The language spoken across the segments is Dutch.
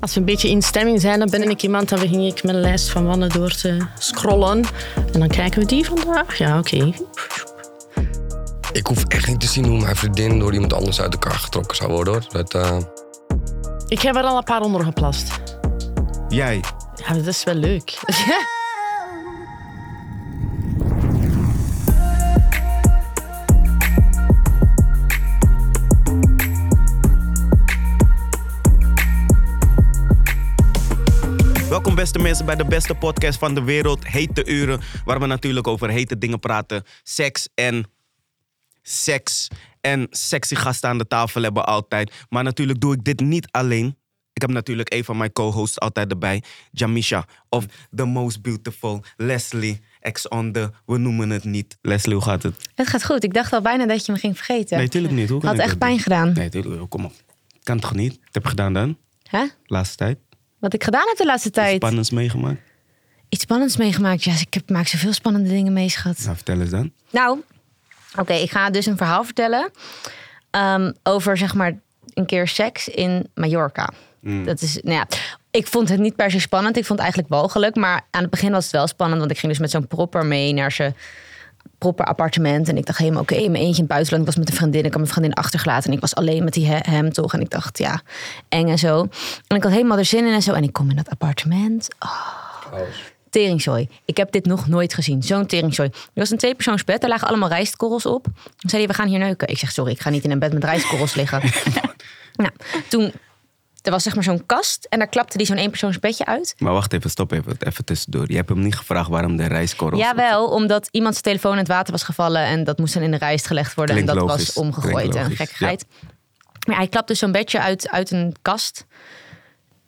Als we een beetje in stemming zijn, dan ben ik iemand, dan begin ik mijn lijst van mannen door te scrollen. En dan kijken we die vandaag. Ja, oké. Ik hoef echt niet te zien hoe mijn vriendin door iemand anders uit elkaar getrokken zou worden. Hoor. Dat, eh, Ik heb er al een paar onder geplast. Jij. Ja, dat is wel leuk. Welkom beste mensen bij de beste podcast van de wereld, Hete Uren, waar we natuurlijk over hete dingen praten. Seks en seks. En sexy gasten aan de tafel hebben altijd. Maar natuurlijk doe ik dit niet alleen. Ik heb natuurlijk een van mijn co-hosts altijd erbij, Jamisha. Of the most beautiful, Leslie. Ex on the, we noemen het niet. Leslie, hoe gaat het? Het gaat goed. Ik dacht al bijna dat je me ging vergeten. Nee, tuurlijk niet. Hoe kan Had ik echt dat pijn doen? gedaan. Nee, tuurlijk. oh, Kom op. Kan toch niet? Wat heb je gedaan dan? Hè? Laatste tijd? Iets Wat ik gedaan heb de laatste tijd. Spannends meegemaakt? Iets spannends meegemaakt. Ja, dus ik heb, maak zoveel spannende dingen mee, schat. Nou, vertel eens dan. Nou, oké, ik ga dus een verhaal vertellen ehm, over zeg maar een keer seks in Mallorca. Dat is, nou ja, ik vond het niet per se spannend. Ik vond het eigenlijk walgelijk. Maar aan het begin was het wel spannend, want ik ging dus met zo'n propper mee naar zijn proper appartement. En ik dacht helemaal, oké, in mijn eentje in het buitenland. Ik was met een vriendin, ik had mijn vriendin achtergelaten. En ik was alleen met die he- hem toch. En ik dacht, ja, eng en zo. En ik had helemaal er zin in en zo. En ik kom in dat appartement. Teringzooi. Ik heb dit nog nooit gezien. Zo'n teringzooi. Er was een tweepersoonsbed. Daar lagen allemaal rijstkorrels op. Toen zei hij, we gaan hier neuken. Ik zeg, sorry, ik ga niet in een bed met rijstkorrels liggen. nou, toen... Er was zeg maar zo'n kast. En daar klapte hij zo'n eenpersoonsbedje uit. Maar wacht even, stop even, even tussendoor. Je hebt hem niet gevraagd waarom de rijskorrels... Jawel, omdat iemand zijn telefoon in het water was gevallen. En dat moest dan in de rijst gelegd worden. en Klinkt dat logisch. was omgegooid Klinkt en logisch, gekkigheid. Maar hij klapte zo'n bedje uit, uit een kast.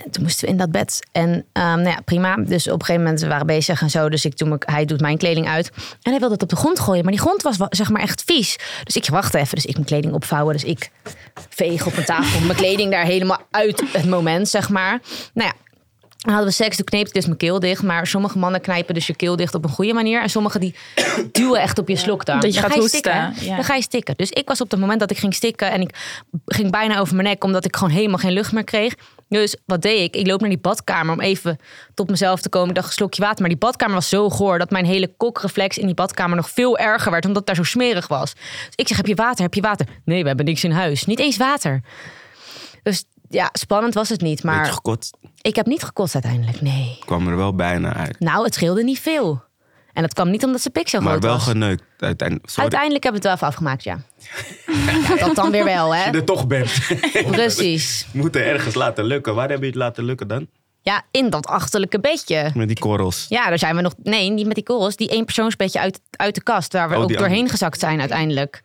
En toen moesten we in dat bed. En ehm, nou ja, prima. Dus op een gegeven moment we waren bezig en zo. Dus ik doe mijn- hij doet mijn kleding uit. En hij wilde het op de grond gooien. Maar die grond was wa- zeg maar echt vies. Dus ik wacht even. Dus ik mijn kleding opvouwen. Dus ik veeg op een tafel. mijn kleding daar helemaal uit het moment, zeg maar. Nou ja, dan hadden we seks, toen kneep ik dus mijn keel dicht. Maar sommige mannen knijpen dus je keel dicht op een goede manier. En sommige die duwen echt op je slokdarm. Dat je Dan gaat ga hoesten, stikken, hè? ja. Dan ga je stikken. Dus ik was op het moment dat ik ging stikken... en ik ging bijna over mijn nek... omdat ik gewoon helemaal geen lucht meer kreeg. Dus wat deed ik? Ik loop naar die badkamer om even tot mezelf te komen. Ik dacht, een slokje water. Maar die badkamer was zo goor... dat mijn hele kokreflex in die badkamer nog veel erger werd... omdat het daar zo smerig was. Dus ik zeg, heb je water? Heb je water? Nee, we hebben niks in huis. Niet eens water. Dus ja, spannend was het niet. Maar... Maar ik heb niet gekotst uiteindelijk, nee. kwam er wel bijna uit. Nou, het scheelde niet veel. En dat kwam niet omdat ze pik zo Maar groot wel was. geneukt uiteindelijk. Sorry. Uiteindelijk hebben we het wel even afgemaakt, ja. ja. Dat dan weer wel, hè? Als je er toch bent. Precies. Moet er ergens laten lukken. Waar heb je het laten lukken dan? Ja, in dat achterlijke bedje. Met die korrels. Ja, daar zijn we nog... Nee, niet met die korrels. Die eenpersoonsbedje uit, uit de kast... waar we Oh, ook die doorheen andere. gezakt zijn uiteindelijk.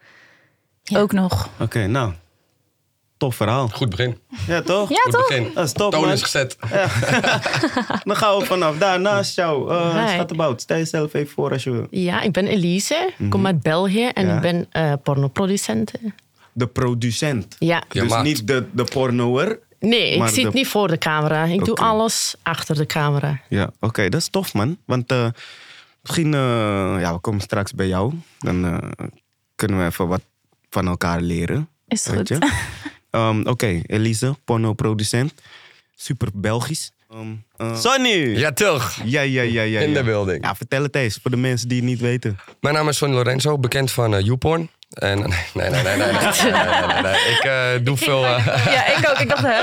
Ook nog. Oké, nou. Tof verhaal. goed begin. Ja, toch? Ja, Goed toch? begin. Dat is top, Toon man. is gezet. Dan gaan we vanaf daar naast jou. Hi. Uh, Schattenbout, stel jezelf even voor als je wil. Ja, ik ben Elise, kom uit België en Mhm. Ja. ik ben eh pornoproducente. De producent. Ja. Ja, dus maakt. niet de, de pornoer. Nee, Maar ik zit de- niet voor de camera. Ik doe Oké. alles achter de camera. Ja, oké, dat is tof, man. Want eh, misschien, eh, ja, we komen straks bij jou. Dan eh, kunnen we even wat van elkaar leren. Is weet goed. je. Ehm, oké, Elise, pornoproducent. Super Belgisch. Ehm, eh, Sonny! Ja, toch. Ja, ja, ja, ja. In de ja. building. Ja, vertel het eens voor de mensen die het niet weten. Mijn naam is Sonny Lorenzo, bekend van eh, YouPorn. En, nee, nee, nee, nee, nee, nee, nee, nee, nee, nee. Ik eh, doe veel... eh, Ja, ik ook. Ik dacht, hè?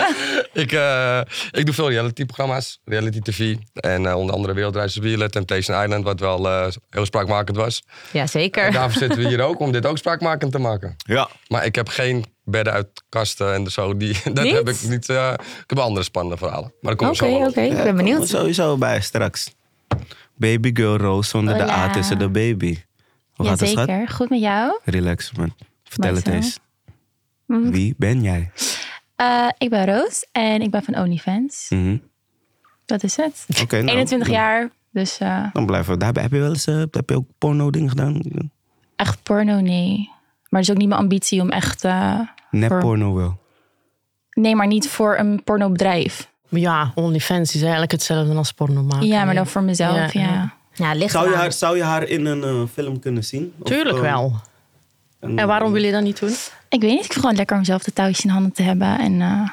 ik, eh, ik doe veel reality-programma's, reality TV. En eh, onder andere Wereldreis op Wielen, Temptation Island, wat wel eh, heel spraakmakend was. En Jazeker. daarvoor zitten we hier ook, om dit ook spraakmakend te maken. Ja. Maar ik heb geen bedden uit kasten en zo. Die, dat Niet? heb ik niet. eh, ik heb wel andere spannende verhalen. Maar daar komen Oké, we zo wel oké. op. Ik ben Komen we benieuwd. Eh, sowieso bij straks. Baby girl Roos zonder de A Hola. tussen de baby. Hoe gaat het, schat? Jazeker. Goed met jou? Relax, man. Vertel het Marcel. eens. Mhm. Wie ben jij? Eh, ik ben Roos en ik ben van OnlyFans. Mhm. Dat is het. Oké, nou, 21 dan- jaar. Dus eh, Dan blijven we daarbij. Heb je wel eens eh, heb je ook porno dingen gedaan? echt porno, nee. Maar het is ook niet mijn ambitie om echt... eh, Nep Por- porno wel. nee, maar niet voor een pornobedrijf. Maar ja, OnlyFans is eigenlijk hetzelfde als porno maken. ja, maar dan voor mezelf, Ja, ja. ja. Ja, ligt Zou je eraan. haar, zou je haar in een eh, film kunnen zien? Of, Tuurlijk eh, wel. een- En waarom wil je dat niet doen? Ik weet niet, ik vind gewoon lekker om zelf de touwtjes in handen te hebben. En eh,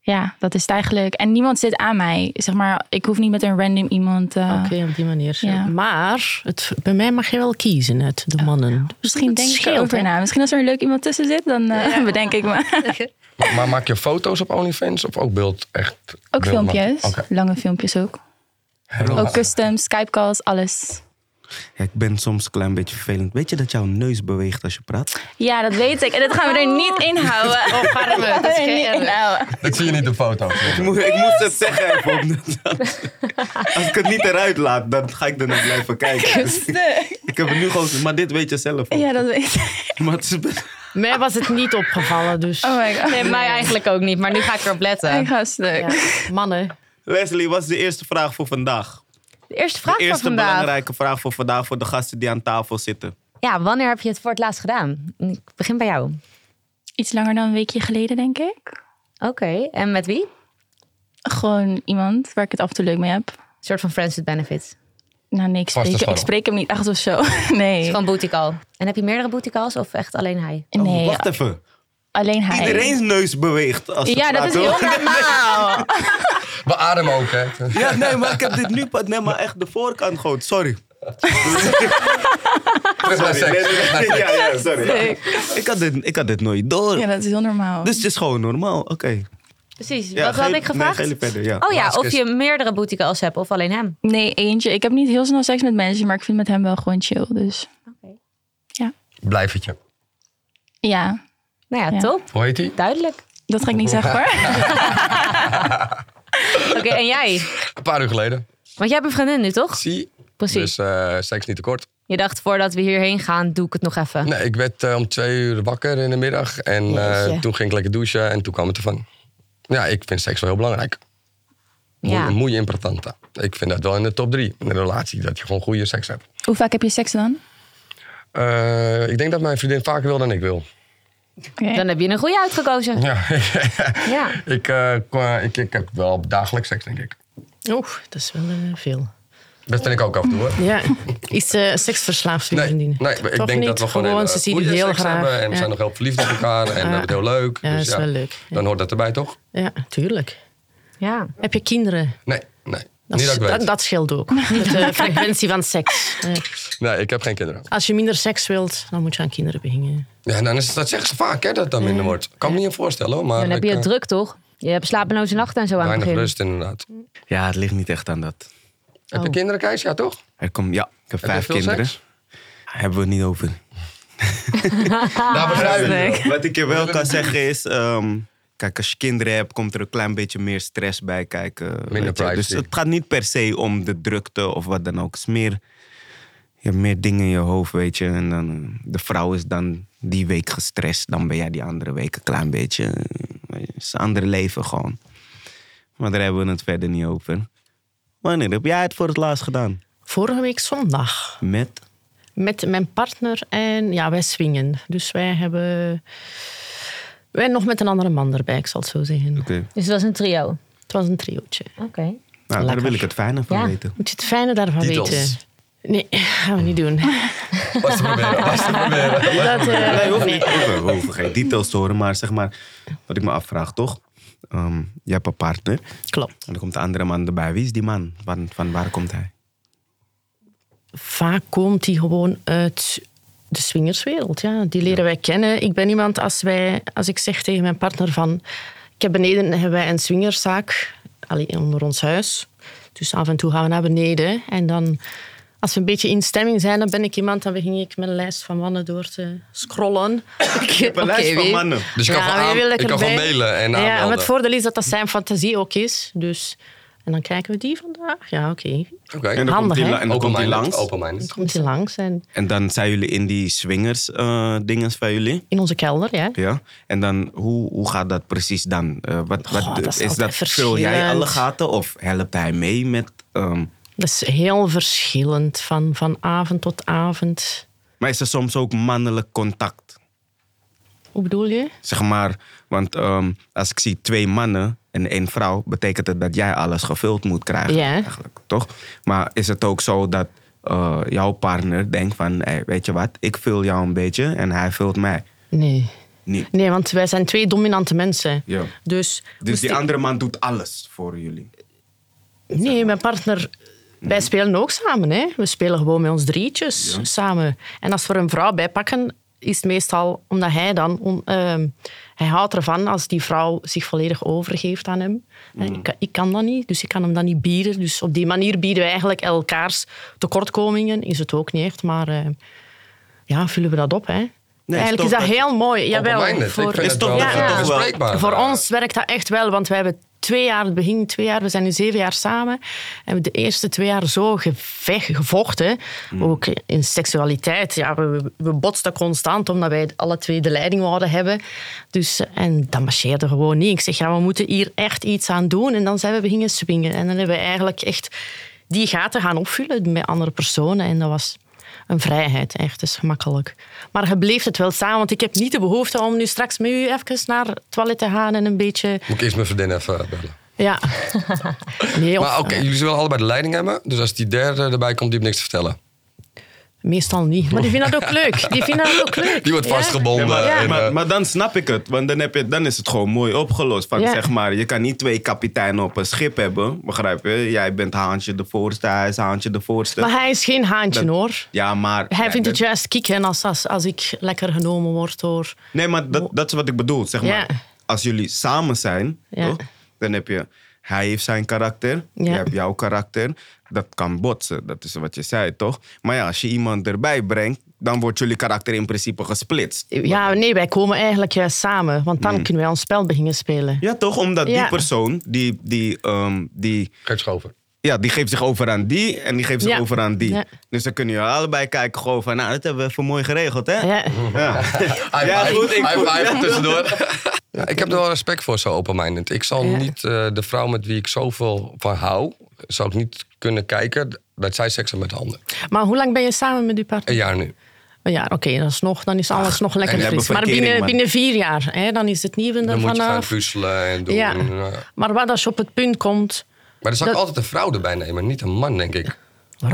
Ja, dat is het eigenlijk. En niemand zit aan mij. Zeg maar, ik hoef niet met een random iemand. eh, Oké, op die manier. zo. Ja. Maar het, bij mij mag je wel kiezen uit de mannen. Misschien Dat denk ik scheelt, erover hè? na. Misschien als er een leuk iemand tussen zit, dan eh, bedenk ik me. Maar, maar maak je foto's op OnlyFans of ook beeld? Echt Ook beeld filmpjes. maken? Oké. Oh. Lange filmpjes ook. Ook custom, Skype calls, alles. Ja, ik ben soms een klein beetje vervelend. Weet je dat jouw neus beweegt als je praat? Ja, dat weet ik. En dat gaan we er niet in houden. Oh, arme, dat is geen erg. Dat zie je niet op foto's. Ik, moest, ik moest het zeggen even. omdat- als ik het niet eruit laat, dan ga ik ernaar blijven kijken. Dus ik, ik heb het nu gewoon... Maar dit weet je zelf ook. Ja, dat weet ik. Maar het is best- Mij was het niet opgevallen, dus Oh my god. Nee, mij eigenlijk ook niet, maar nu ga ik erop letten. Ik ga stuk. ja, mannen. Leslie, wat is de eerste vraag voor vandaag? De eerste vraag de eerste van vandaag. belangrijke vraag voor vandaag voor de gasten die aan tafel zitten. Ja, wanneer heb je het voor het laatst gedaan? Ik begin bij jou. Iets langer dan een weekje geleden, denk ik. Oké, en met wie? Een Gewoon iemand waar ik het af en toe leuk mee heb. soort van friends with benefits. Nou nee, ik Vaste spreek, ik scharrel. spreek hem niet echt of zo. Nee. Van boutique al. En heb je meerdere boutique al's of echt alleen hij? Nee, Wacht even. alleen hij. Iedereen's neus beweegt als ze Ja, dat is praten, heel hoor. normaal. We ademen ook, hè? Ja, nee, maar ik heb dit nu pas... Nee, maar echt de voorkant gewoon. Sorry. Terug naar Sorry. Nee, seks. nee, nee. Ja, ja, sorry. Ik had dit, ik had dit nooit door. Ja, dat is heel normaal. Dus het is gewoon normaal. Oké. Precies. Ja, Wat had ga- ik gevraagd? Nee, ga jullie verder, ja. Oh ja, Laatst of je meerdere boutique al's hebt of alleen hem. Nee, eentje. Ik heb niet heel snel seks met mensen, maar ik vind met hem wel gewoon chill. Dus Blijf het je. ja, Nou ja, Ja. top. Hoe heet die? Duidelijk. dat ga ik niet zeggen hoor. Oké, en jij? Een paar uur geleden. Want jij hebt een vriendin nu, toch? Zie. Precies. Dus eh, seks niet te kort. Je dacht, voordat we hierheen gaan, doe ik het nog even. Nee, ik werd eh, om twee uur wakker in de middag. En eh, Jeetje. toen ging ik lekker douchen en toen kwam het ervan. Ja, ik vind seks wel heel belangrijk. Ja. Moe, moeie impertanta. Ik vind dat wel in de top drie. In een relatie, dat je gewoon goede seks hebt. Hoe vaak heb je seks dan? Eh, ik denk dat mijn vriendin vaker wil dan ik wil. Oké. Dan heb je een goede uitgekozen. Ja, Ja. ik, eh, kwa- ik, ik heb wel dagelijks seks, denk ik. Oeh, dat is wel eh, veel. Dat vind ik ook af en toe, hoor. Ja, iets eh seksverslaafd Nee, vriendinnen. nee, maar ik Toch denk niet? dat we gewoon, gewoon hele ze zien het goede heel seks graag. hebben en we ja. zijn nog heel verliefd op elkaar en we hebben het heel leuk. Dus Ja, dat is wel leuk. Ja. Dan hoort dat erbij, toch? ja, tuurlijk. Ja. Heb je kinderen? Nee, nee. Dat, niet dat ik weet. dat, dat scheelt ook. De frequentie van seks. Ja. Nee, ik heb geen kinderen. Als je minder seks wilt, dan moet je aan kinderen beginnen. Ja, dan is, dat zeggen ze vaak, hè, dat het dan minder wordt. Ik kan me niet voorstellen, hoor. Maar Dan heb ik, je het eh, druk, toch? Je hebt slapeloze nachten en zo aan het Weinig begin. rust, inderdaad. Oh. Ja, het ligt niet echt aan dat. Heb je kinderen, Kees? Ja, toch? Er komt, ja, ik heb je vijf veel kinderen. seks? Hebben we het niet over. Daar Ah, begrijp ik. eh, Wat ik je wel kan zeggen is... ehm, kijk, als je kinderen hebt, komt er een klein beetje meer stress bij kijken. weet je. Dus privacy. het gaat niet per se om de drukte of wat dan ook. Het is meer... Je hebt meer dingen in je hoofd, weet je. En dan, eh, de vrouw is dan die week gestrest. Dan ben jij die andere week een klein beetje... eh, weet je, Het is een ander leven gewoon. Maar daar hebben we het verder niet over. Wanneer heb jij het voor het laatst gedaan? Vorige week zondag Met? met mijn partner en ja, wij swingen. Dus wij hebben. Wij nog met een andere man erbij, ik zal het zo zeggen. Oké. Dus het was een trio. Oké. Het was een triootje. Nou, daar Lekker. wil ik het fijne van Ja. weten. Moet je het fijne daarvan Titels. weten? Nee, gaan we niet doen. Was te proberen, was te proberen. Dat, eh, Nee, hoeft niet. We hoeven geen details te horen, maar zeg maar, wat ik me afvraag toch? Ehm je hebt een partner klopt. en er komt een andere man erbij. Wie is die man? Van, van waar komt hij? vaak komt die gewoon uit de swingerswereld. Ja. Die leren wij kennen. Ik ben iemand, als, wij, als ik zeg tegen mijn partner van... Ik heb beneden hebben wij een swingerszaak allee, onder ons huis. Dus af en toe gaan we naar beneden. En dan, als we een beetje in stemming zijn, dan ben ik iemand... Dan begin ik mijn lijst van mannen door te scrollen. Ik heb een lijst van mannen. Dus je kan gewoon aan- je kan gewoon mailen en Ja, aanmelden. maar het voordeel is dat dat zijn fantasie ook is. Dus, en dan kijken we die vandaag. Ja, oké. Oké. dan Handig, komt hij, hè? la- en dan komt hij Open-minded, langs. Dan Open-minded. komt hij langs. En En dan zijn jullie in die swingers eh dinges van jullie. in onze kelder, ja. Ja. En dan, hoe, hoe gaat dat precies dan? Eh, wat, wat, Goh, dat is is dat altijd vul jij alle verschillend. gaten of helpt hij mee met... ehm, Dat is heel verschillend, van, van avond tot avond. maar is er soms ook mannelijk contact? Hoe bedoel je? Zeg maar, want ehm, als ik zie twee mannen en één vrouw, betekent het dat jij alles gevuld moet krijgen. Ja. Eigenlijk, toch? Maar is het ook zo dat eh, jouw partner denkt van, hey, weet je wat, ik vul jou een beetje en hij vult mij. Nee. niet. Dus Nee, want wij zijn twee dominante mensen. Ja. Dus, Dus moest die ik- andere man doet alles voor jullie. Nee, mijn partner. Wij Mhm. spelen ook samen. Hè. We spelen gewoon met ons drietjes samen. En als we er een vrouw bij pakken, is het meestal omdat hij dan... on- ehm, hij houdt ervan als die vrouw zich volledig overgeeft aan hem. Mhm. En Ik, ik kan dat niet, dus ik kan hem dat niet bieden. Dus op die manier bieden we eigenlijk elkaars tekortkomingen. Is het ook niet echt, maar... eh, ja, vullen we dat op, hè. eigenlijk is is toch dat heel mooi. Jawel, Open-minded. Ik vind Is het toch- wel ja, eh, ja. bespreekbaar. voor Eh, ons werkt dat echt wel, want we hebben twee jaar, het begin twee jaar, we zijn nu zeven jaar samen. En de eerste twee jaar zo gevecht, gevochten, ook in seksualiteit. Ja, we, we botsten constant, omdat wij alle twee de leiding wouden hebben. Dus, eh, en dat marcheerde gewoon niet. Ik zeg, ja, we moeten hier echt iets aan doen. En dan zijn we beginnen swingen. En dan hebben we eigenlijk echt die gaten gaan opvullen met andere personen. En dat was een vrijheid, echt. Het is gemakkelijk. Maar je bleef het wel samen, want ik heb niet de behoefte om nu straks met u even naar het toilet te gaan en een beetje... Moet ik eerst mijn vriendin even eh, bellen. Ja. Nee, of, Maar oké, jullie zullen allebei de leiding hebben. Dus als die derde erbij komt, die heeft niks te vertellen. meestal niet. Maar die vinden dat ook leuk. Die vinden dat ook leuk. Die wordt Ja. vastgebonden. maar, en, eh, maar, maar dan snap ik het, want dan, heb je, dan is het gewoon mooi opgelost. Van, Ja. zeg maar, je kan niet twee kapiteinen op een schip hebben, begrijp je? Jij bent haantje de voorste, hij is haantje de voorste. Maar hij is geen haantje, Dat- hoor. ja, maar... Hij Nee, vindt het dat- juist kicken als, als, als ik lekker genomen word door... Nee, maar dat, dat is wat ik bedoel. Zeg maar, Ja. als jullie samen zijn, Ja. toch, dan heb je... Hij heeft zijn karakter, Ja. jij hebt jouw karakter. Dat kan botsen, dat is wat je zei, toch? Maar ja, als je iemand erbij brengt, dan wordt jullie karakter in principe gesplitst. Ja, nee, wij komen eigenlijk juist samen. Want Hmm. dan kunnen wij ons spel beginnen spelen. Ja, toch? Omdat die Ja. persoon, die, die, ehm, die, Kijk schoven. ja, die geeft zich over aan die en die geeft zich Ja. over aan die. Ja. Dus dan kunnen jullie allebei kijken gewoon van, nou, dat hebben we even mooi geregeld, hè? Ja. Ja. Ja, High five. goed, ik High goed. five Ja. tussendoor. Ja, ik heb er wel respect voor, zo open-minded. Ik zal niet eh, de vrouw met wie ik zoveel van hou, zou ik niet kunnen kijken dat zij seks heeft met handen. Maar hoe lang ben je samen met uw partner? Een jaar nu. Een jaar, oké, dan is, nog, dan is alles nog lekker en we fris. hebben Maar verkering, binnen, man. binnen vier jaar, hè, dan is het nieuwe Dan er moet je gaan vanaf. puzzelen en doen. Ja. Ja. Maar wat als je op het punt komt... Maar dan zou ik Dat- altijd een vrouw erbij nemen, niet een man, denk ik.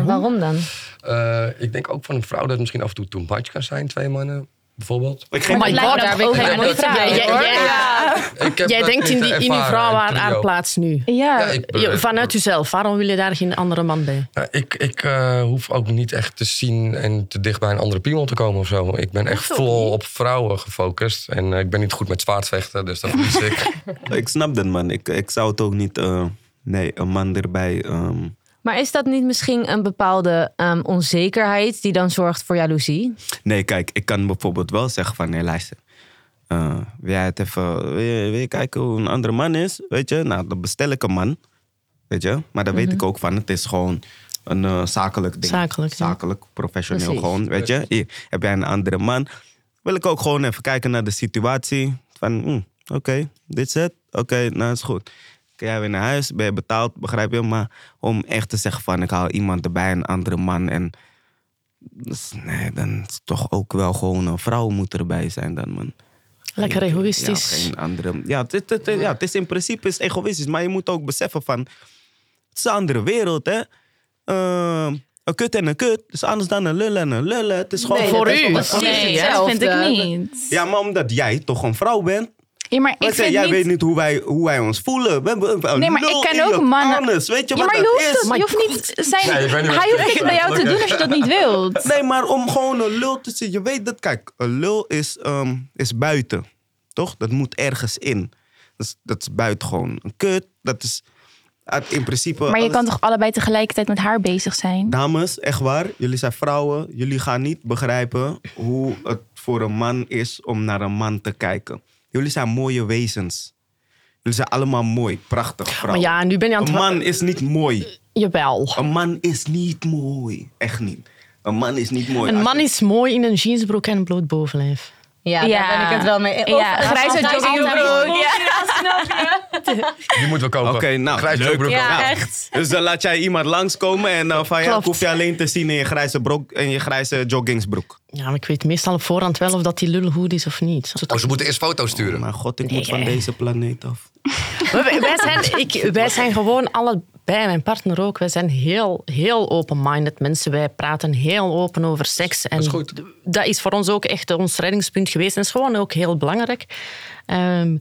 Waarom? dan? Eh, ik denk ook van een vrouw dat het misschien af en toe too much kan zijn, twee mannen bijvoorbeeld. Ik geef Oh my het- God, Lijkt me dat daar weer ook geen geen mooie moeite. vrouw, Jij- jij- hoor. jij- Ik heb Jij dat denkt in niet die, in die ervaren, vrouw een aan haar trio. plaats nu. Ja, Ja, ik, Je- Vanuit jezelf, waarom wil je daar geen andere man bij? Ja, Nou, ik, ik eh, hoef ook niet echt te zien en te dicht bij een andere piemel te komen of zo. Ik ben echt vol op vrouwen gefocust. En eh, ik ben niet goed met zwaardvechten, dus dat verlies ik. Ik snap dat, man. Ik, ik zou het ook niet... eh, nee, een man erbij... ehm, Maar is dat niet misschien een bepaalde ehm, onzekerheid die dan zorgt voor jaloezie? Nee, kijk, ik kan bijvoorbeeld wel zeggen van... Nee, luister. eh, wil jij het even... Wil je, wil je kijken hoe een andere man is? Weet je? Nou, dan bestel ik een man. Weet je? Maar dan weet ik ook van... Het is gewoon een eh, zakelijk ding. Mhm. Zakelijk, ja. Zakelijk, professioneel Precies. gewoon. Weet je? Hier, heb jij een andere man? Wil ik ook gewoon even kijken naar de situatie. Van, hm, oké, dit is het. Oké, nou is goed. Kun jij weer naar huis? Ben je betaald? Begrijp je? Maar om echt te zeggen van... Ik haal iemand erbij, een andere man en... Dus nee, dan is het toch ook wel gewoon een vrouw moet erbij zijn dan, man. Lekker Geen- Ja, egoïstisch. geen andere... Ja, het, is- het- het- ja, het is in principe is egoïstisch, maar je moet ook beseffen van... Het is een andere wereld, hè. Ehm, een kut en een kut is anders dan een lullen en een lullen. Het is gewoon... Nee, Voor u. nee, dat hetzelfde. vind ik niet. Ja, maar omdat jij toch een vrouw bent... Ja, maar ik weet je, vind jij niet... weet niet hoe wij, hoe wij ons voelen. We hebben een Nee, maar lul in ik ken ook je mannen... anus. Weet je ja, wat maar je dat hoeft, is? het- je hoeft niet zijn... Nee, ik weet niet wat hij ik hoeft zeg. niks bij jou te doen als je dat niet wilt. Nee, maar om gewoon een lul te zien. Je weet dat, kijk, een lul is, ehm, is buiten. Toch? Dat moet ergens in. Dat is, dat is buitengewoon. Een kut, dat is uit- in principe. Maar je alles- Nou, kan toch allebei tegelijkertijd met haar bezig zijn? Dames, echt waar, jullie zijn vrouwen. Jullie gaan niet begrijpen hoe het voor een man is om naar een man te kijken. Jullie zijn mooie wezens. Jullie zijn allemaal mooi, prachtig Maar vrouwen. ja, nu ben je aan Nou, een het... man Oh, is niet mooi. Jawel. Een man is niet mooi. Echt niet. Een man is niet mooi. Een Als man is mooi in een jeansbroek en een bloot bovenlijf. Ja, daar ben ik het wel mee. e- Of ja, een grijze grijze joggingbroek. joggingbroek. Ja. Die moeten we kopen. Oké, nou, Grijs leuk. broek. Ja, Nou, echt. Dus dan laat jij iemand langskomen en dan van ja, ik Klopt. hoef je alleen te zien in je grijze, broek, in je grijze joggingsbroek. Ja, maar ik weet meestal op voorhand wel of dat die lul goed is of niet. Oh, ze moeten eerst foto's sturen. Maar god, ik moet van Nee. deze planeet af. Wij, wij zijn, ik, wij zijn gewoon allebei, mijn partner ook, wij zijn heel, heel open-minded mensen. Wij praten heel open over seks. En is goed. d- dat is voor ons ook echt ons reddingspunt geweest. En is gewoon ook heel belangrijk. Ehm,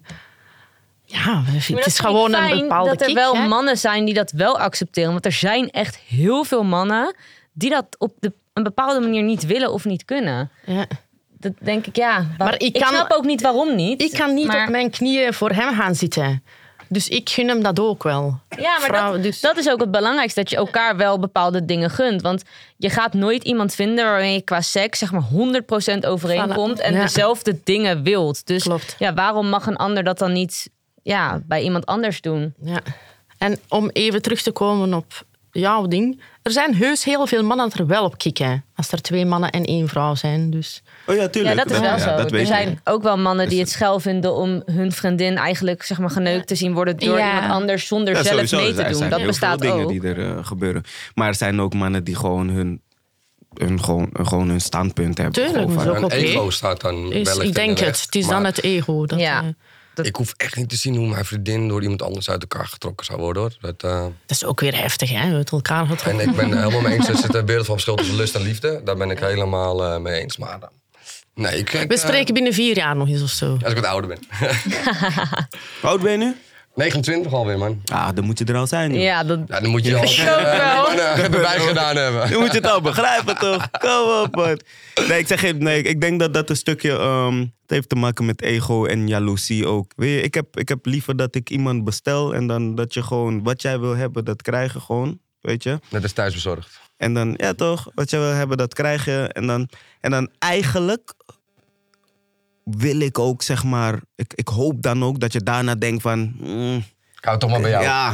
ja, we- Maar het dat is vind ik gewoon een fijn bepaalde dat er kick, wel hè. mannen zijn die dat wel accepteren. Want er zijn echt heel veel mannen die dat op de, een bepaalde manier niet willen of niet kunnen. Ja. Dat denk ik, ja. waar- Maar ik ik, kan- snap ook niet waarom niet. Ik kan niet maar, op mijn knieën voor hem gaan zitten. Dus ik gun hem dat ook wel. Ja, maar Vrouw, dat, dus- dat is ook het belangrijkste. Dat je elkaar wel bepaalde dingen gunt. Want je gaat nooit iemand vinden waarin je qua seks zeg maar 100% overeenkomt. Voilà. En Ja. dezelfde dingen wilt. Dus Klopt. ja, waarom mag een ander dat dan niet ja, bij iemand anders doen? Ja. En om even terug te komen op jouw ding. Er zijn heus heel veel mannen dat er wel op kikken. Als er twee mannen en één vrouw zijn. Dus Oh ja, Ja, tuurlijk. dat is wel ja, zo. dat er weet Dus zijn ik. ook wel mannen die het schel vinden om hun vriendin eigenlijk zeg maar, geneukt te zien worden door Ja. iemand anders zonder Ja, zelf sowieso, mee er te zijn doen. heel Dat veel bestaat dingen ook. die er eh, gebeuren. Maar er zijn ook mannen die gewoon hun, hun, gewoon, gewoon hun standpunt hebben. Tuurlijk, Gewoon maar van- zo- Een Oké. ego staat dan is, wellicht in Dus ik denk de het. weg, Het is dan maar het ego. Dat, Ja. eh, Ik hoef echt niet te zien hoe mijn vriendin door iemand anders uit elkaar getrokken zou worden. Hoor. Dat, eh, dat is ook weer heftig, hè? Uit elkaar getrokken. en ik ben helemaal mee eens. Er zit een wereld van verschil tussen lust en liefde. Daar ben ik helemaal eh, mee eens. Maar eh, nee, ik, ik, We eh, spreken binnen vier jaar nog eens of zo. als ik wat ouder ben. eh, Hoe oud ben je nu? 29 alweer, man. Ah, dan moet je er al zijn. joh. Ja, dat, Ja, dan moet je al wel. hebben wij gedaan hebben. Je moet het al begrijpen, toch? Kom op, man. Nee, ik zeg je, nee, ik denk dat dat een stukje... ehm, het heeft te maken met ego en jaloezie ook. Weet je, ik heb, ik heb liever dat ik iemand bestel... en dan dat je gewoon wat jij wil hebben, dat krijgen gewoon. Weet je? Net als thuisbezorgd. En dan, ja toch, wat jij wil hebben, dat krijg je. En dan, en dan eigenlijk wil ik ook, zeg maar... Ik, ik hoop dan ook dat je daarna denkt van... mm, Ik hou toch maar bij jou. ja.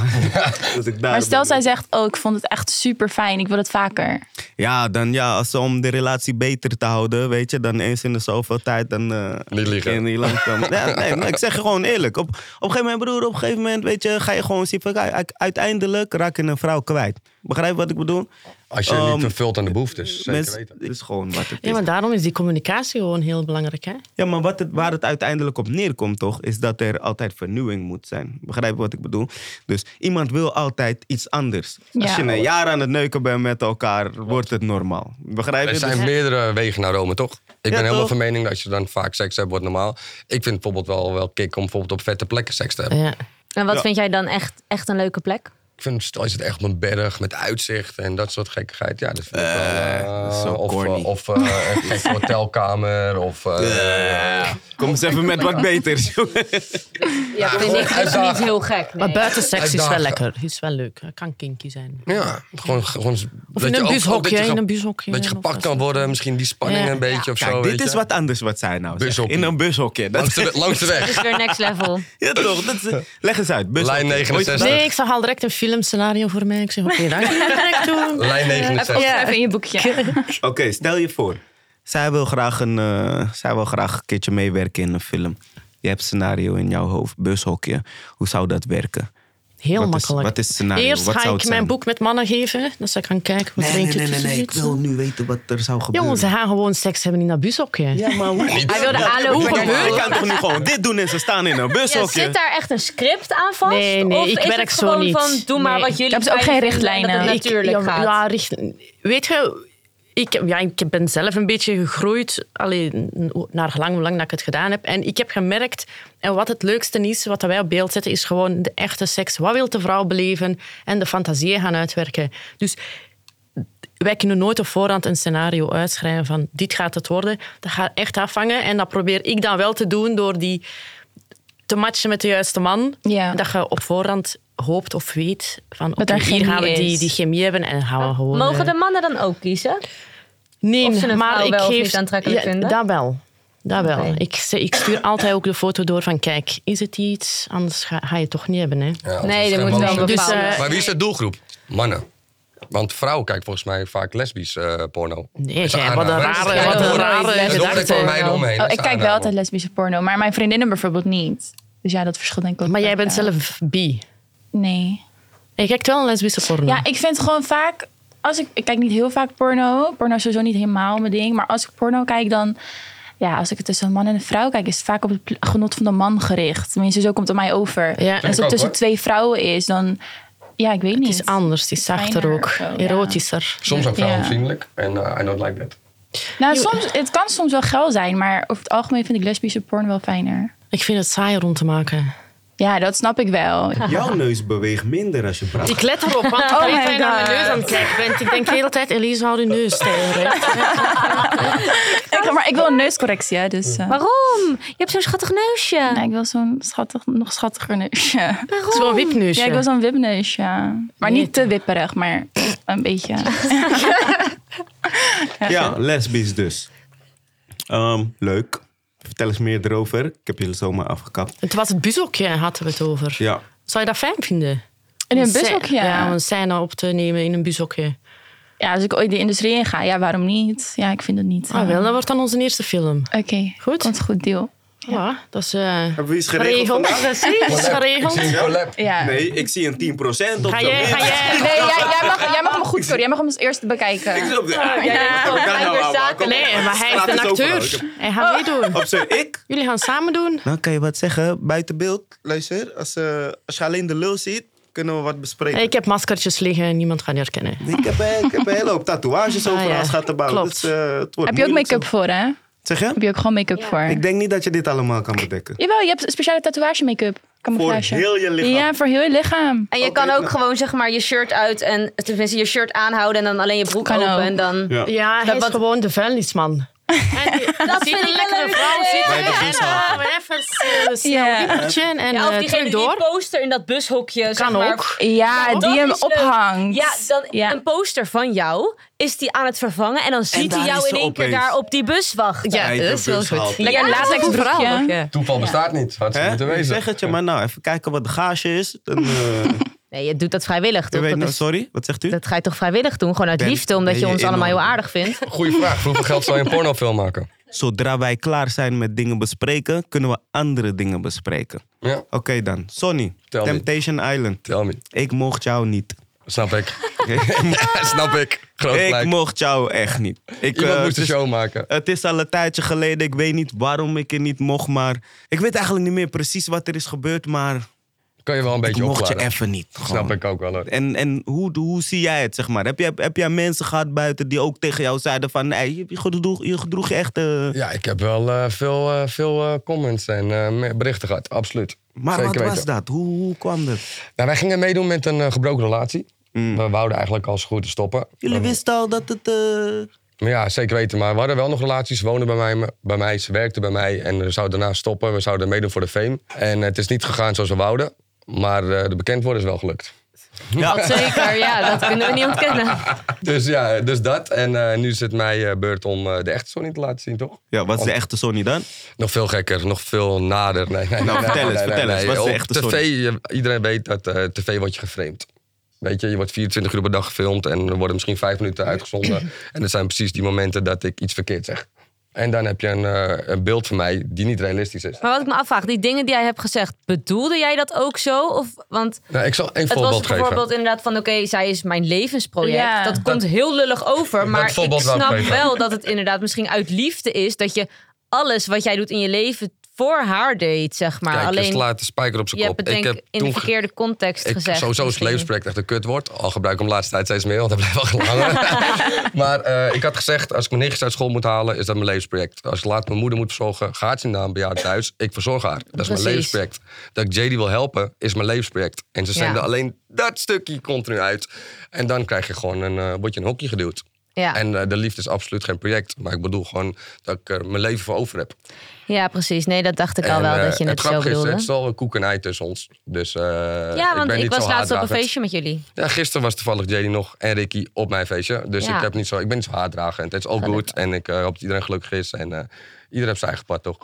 Dus ik daar Maar stel, ben. zij zegt, oh, ik vond het echt super fijn. Ik wil het vaker. Ja, dan ja, als ze om de relatie beter te houden, weet je, dan eens in de zoveel tijd, dan... eh, Niet liegen. kun je niet langkomen. ja, nee, maar ik zeg je gewoon eerlijk. Op, op een gegeven moment, broer, op een gegeven moment, weet je, ga je gewoon zien van, kijk, u- uiteindelijk raak je een vrouw kwijt. Begrijp je wat ik bedoel? Als je Ehm, niet vervult aan de behoeftes, zeker Mensen- weten. Het is gewoon wat het Ja, is. maar daarom is die communicatie gewoon heel belangrijk, hè? Ja, maar wat het, waar het uiteindelijk op neerkomt, toch, is dat er altijd vernieuwing moet zijn. Begrijp je wat ik bedoel? Dus iemand wil altijd iets anders. Als Ja. je een jaar aan het neuken bent met elkaar, wordt het normaal. Begrijp Er je? zijn Dus- meerdere wegen naar Rome, toch? Ik ben helemaal toch? van mening dat als je dan vaak seks hebt, wordt normaal. Ik vind bijvoorbeeld wel, wel kick om bijvoorbeeld op vette plekken seks te hebben. Ja. en wat Ja. vind jij dan echt, echt een leuke plek? Ik vind, stel je zit echt op een berg met uitzicht en dat soort gekkigheid. Ja, dat vind ik wel... eh, zo of corny. eh, of eh, een gekke hotelkamer of... eh, Kom eens even met wat beters. Ja, vind ik dus gewoon uitdagen. niet heel gek. Maar buiten seks is wel Uitdagen. lekker. Is wel leuk. Het kan kinky zijn. Ja, gewoon... gewoon Of dat in je een ook- ook bushokje, dat je ge- in een bushokje. Dat je of gepakt dat kan soort- worden, misschien die spanning Ja. een beetje of zo. Kijk, Oh, weet dit is je. wat anders wat zij nou zegt. Bushokje. In een bushokje. Langs Dat, de, langs de weg. is weer next level. ja toch? Dat is- leg eens uit. Bushokje. Lijn 69. Nee, ik zag al direct een filmscenario voor mij. Ik zeg, oké, dan ga ik direct doen. Lijn 69. Even in je boekje. Oké, stel je voor. Zij wil, graag een, eh, zij wil graag een keertje meewerken in een film. Je hebt scenario in jouw hoofd. Bushokje. Hoe zou dat werken? Heel Wat is- makkelijk. wat is het scenario? Eerst Wat ga zou ik het mijn zijn? boek met mannen geven. Dat ze gaan kijken wat denk je tussen Ik zit. wil nu weten wat er zou gebeuren. Jongen, ze gaan gewoon seks hebben in dat bushokje. Ja, maar hoe? Hij wilde Hoe aanlopen. gebeurt het? Ik kan toch niet gewoon dit doen en ze staan in een Ja, bushokje? zit daar echt een script aan vast? Nee, nee, of ik is werk het zo gewoon niet. van doe maar Nee. wat jullie Ik heb ze ook fijn geen vinden en dat richtlijnen. het Ik- natuurlijk ja, gaat. ja, richt, weet je, ik, ja, ik ben zelf een beetje gegroeid, alleen naar gelang hoe lang dat ik het gedaan heb. En ik heb gemerkt, en wat het leukste is, wat wij op beeld zetten, is gewoon de echte seks. Wat wil de vrouw beleven? En de fantasieën gaan uitwerken. Dus wij kunnen nooit op voorhand een scenario uitschrijven van dit gaat het worden. Dat gaat echt afhangen. En dat probeer ik dan wel te doen door die te matchen met de juiste man. Ja. Dat je op voorhand hoopt of weet van Dat oké, er hier gaan we chemie die, is. die chemie hebben en dan gaan we gewoon... Mogen eh, de mannen dan ook kiezen? nee, of ze een maar vrouw ik wel of geef, niet aantrekkelijk ja, vinden? Dat wel. Dat wel. Oké. Ik, ze- ik stuur altijd ook de foto door van kijk, is het iets? Anders ga, ga je het toch niet hebben. Hè? Ja, Nee, dat er is moet wel helemaal een niet zo. Dus, bepaalde... eh, Maar wie is de doelgroep? Mannen. Want vrouwen kijken volgens mij vaak lesbisch eh, porno. Nee, Is jij, aan wat een haar. rare, Ja, wat dat een hoor ik. rare Dat hoor ik gedachte. van meiden omheen. Oh, Dat ik is kijk aan wel haar. altijd lesbische porno. Maar mijn vriendinnen bijvoorbeeld niet. Dus ja, dat verschilt denk ik ook Maar jij wel. bent zelf bi. Nee. En je kijkt wel een lesbische porno. Ja, ik vind gewoon vaak als ik, ik kijk niet heel vaak porno. Porno is sowieso niet helemaal mijn ding. Maar als ik porno kijk, dan... Ja, als ik het tussen een man en een vrouw kijk, is het vaak op het pl- genot van de man gericht. Tenminste, zo komt het mij over. Ja. En Denk als ik het ook, tussen hoor. twee vrouwen is, dan... Ja, ik weet niet. Het is anders, het is zachter fijner ook. of zo, ja. Erotischer. Soms ook Ja. vrouwenvriendelijk. En eh, I don't like that. Nou, soms, het kan soms wel geil zijn, maar over het algemeen vind ik lesbische porn wel fijner. Ik vind het saaier om te maken. Ja, dat snap ik wel. Jouw neus beweegt minder als je praat. Ik let erop, want ik Oh weet my dat je naar mijn God. neus aan het kijken bent. Ik denk de hele tijd, Elise, hou die neus stijl recht. Ik, maar ik wil een neuscorrectie, hè, dus... eh, Waarom? Je hebt zo'n schattig neusje. nee, ik wil zo'n schattig, nog schattiger neusje. Zo'n wipneusje. Ja, ik wil zo'n wipneusje. dus, Maar Nee. niet te wipperig, maar een beetje. Ja, lesbisch dus. Ehm, leuk. Vertel eens meer erover. Ik heb jullie zomaar afgekapt. Het was het bushokje, hadden we het over. Ja. Zou je dat fijn vinden? In een bushokje? bushokje. Ja, om Ja, een scène op te nemen in een bushokje. als ik ooit de industrie in ga, ja, waarom niet? Ja, ik vind het niet. Ah, eh, wel, dat wordt dan onze eerste film. Oké, Goed. Komt goed deal. Ja, dat is... eh, we iets geregeld vandaag? Dat is iets Ik zie geregeld. een collab. Ja. Nee, ik zie een 10% op Eh. Ga de jij... Ga jij Nee, jij, jij mag, jij mag hem goed, sorry. Jij mag hem als eerste Ik bekijken. zit op de... Oh, Wat kan ik nou aan maken? Kom nee, op. maar hij is Straat een overal. acteur. Ik heb- Hij gaat meedoen. Op zijn ik? Jullie gaan samen doen. Nou, kan je wat zeggen buiten beeld? Luister, als, eh, als je alleen de lul ziet, kunnen we wat bespreken. Ik heb maskertjes liggen, niemand gaat je herkennen. Ik heb, eh, ik heb een hele hoop tatoeages Ah, overal ja. schat te bouwen. Klopt. Dus, eh, het wordt Heb je ook moeilijk make-up zo. voor, hè? Zeg je? Heb je ook gewoon make-up voor? Ik denk niet dat je dit allemaal kan bedekken. Jawel, je hebt een speciale tatoeage make-up. Voor Camouflage. heel je lichaam. Ja, voor heel je lichaam. En je Oké, kan ook nou. gewoon zeg maar je shirt uit en tenminste je shirt aanhouden en dan alleen je broek Kan open ook. en dan. Ja. Ja, hij is wat- gewoon de vuilnisman. En die- Dat ziet vind een ik lekkere leuk. vrouw Ja. zitten Bij de en bushaven. halen we even eh, snel Ja. een biertje en Ja, of eh, diegene terug die door. poster in dat bushokje. Kan Kan ook. Ja, dat die hem is leuk. ophangt. Ja, dan Ja. een poster van jou is die aan het vervangen en dan ziet daar hij is jou in ze één keer opeens. daar op die bus wachten. Ja, Hij dat heeft is een wel bus goed. gehaald. Lekker Ja, dat is latex goed, verhaal. ja. Toeval bestaat niet. Had ze Hè? moeten Ik wezen. zeg het je, maar nou, even kijken wat de gage is. Dan, eh, Nee, je doet dat vrijwillig je toch? weet Dat, nou- is- sorry, wat zegt u? dat ga je toch vrijwillig doen? Gewoon uit Ben- liefde, omdat ben je je ons allemaal heel enorm. aardig vindt. Goeie vraag. Voor hoeveel geld zou je een pornofilm maken? Zodra wij klaar zijn met dingen bespreken, kunnen we andere dingen bespreken. Ja, Oké dan, Sonny, Tel me. Temptation Island. tell me. Ik mocht jou niet. Snap ik. Snap ik. Groot ik gelijk. mocht jou echt niet. Ik, Iemand eh, moest de het is- show maken. Het is al een tijdje geleden. Ik weet niet waarom ik er niet mocht, maar... Ik weet eigenlijk niet meer precies wat er is gebeurd, maar... Kan je wel een Ik beetje mocht je opklaren. even niet. Snap gewoon. ik ook wel. hoor. En, en hoe, hoe zie jij het, zeg maar? Heb jij, heb jij mensen gehad buiten die ook tegen jou zeiden van... "Hey, je, gedroeg, je gedroeg je echt... eh, Ja, ik heb wel eh, veel, eh, veel eh, comments en eh, me- berichten gehad. Absoluut. Maar Zeker wat weten. was dat? Hoe, hoe kwam dat? Nou, wij gingen meedoen met een eh, gebroken relatie. We wouden eigenlijk als goed stoppen. Mm. Jullie wisten al dat het... eh, Maar ja, zeker weten. Maar we hadden wel nog relaties. Ze woonden bij mij, bij mij, ze werkten bij mij. En we zouden daarna stoppen. We zouden meedoen voor de fame. En het is niet gegaan zoals we wouden. Maar eh, de bekend worden is wel gelukt. Dat zeker, ja, dat kunnen we niet ontkennen. Dus ja, dus dat. En eh, nu is het mij eh, beurt om eh, de echte Sony te laten zien, toch? Ja, wat is de echte Sonny dan? Nog veel gekker, nog veel nader. Nee, nee, Nou, nee, vertel nee, eens, nee, vertel nee, eens. Wat is de Op echte tv, story? je- iedereen weet dat eh, tv word je geframed. Weet je, je wordt 24 uur per dag gefilmd en er worden misschien vijf minuten uitgezonden. en dat zijn precies die momenten dat ik iets verkeerd zeg. En dan heb je een, eh, een beeld van mij die niet realistisch is. Maar wat ik me afvraag, die dingen die jij hebt gezegd, bedoelde jij dat ook zo? Of, want Nou, ik zal één het was voorbeeld geven. bijvoorbeeld inderdaad van, oké, zij is mijn levensproject. Ja. dat komt heel lullig over, maar ik voorbeeld wou ik snap geven. wel dat het inderdaad misschien uit liefde is dat je alles wat jij doet in je leven voor haar deed, zeg maar. Kijk, je Alleen slaat de spijker op je zijn hebt kop. het denk ik in de toen ge- verkeerde context Ik, gezegd. sowieso is het misschien. levensproject echt een kutwoord. Al gebruik ik hem de laatste tijd steeds meer, want hij blijft wel langer. maar eh, ik had gezegd, als ik mijn nichtjes uit school moet halen, is dat mijn levensproject. Als ik laat mijn moeder moet verzorgen, gaat ze naar een bejaard thuis. Ik verzorg haar. Dat is mijn Precies. levensproject. Dat ik JD wil helpen, is mijn levensproject. En ze zenden Ja. alleen dat stukje continu uit. En dan krijg je gewoon een, eh, word je een hokje geduwd. Ja. En eh, de liefde is absoluut geen project. Maar ik bedoel gewoon dat ik er mijn leven voor over heb. Ja, precies. Nee, dat dacht ik al En, wel, eh, dat je het, zo grappige is, bedoelde. het is al een koek en ei tussen ons. Dus eh, ja, ik want ben ik, niet was zo laatst op een haatdragend. feestje met jullie. Ja, gisteren was toevallig JD nog en Ricky op mijn feestje. Dus Ja. ik, heb niet zo, ik ben niet zo haatdragend. Het is ook goed. En ik eh, hoop dat iedereen gelukkig is. En eh, iedereen heeft zijn eigen pad, toch?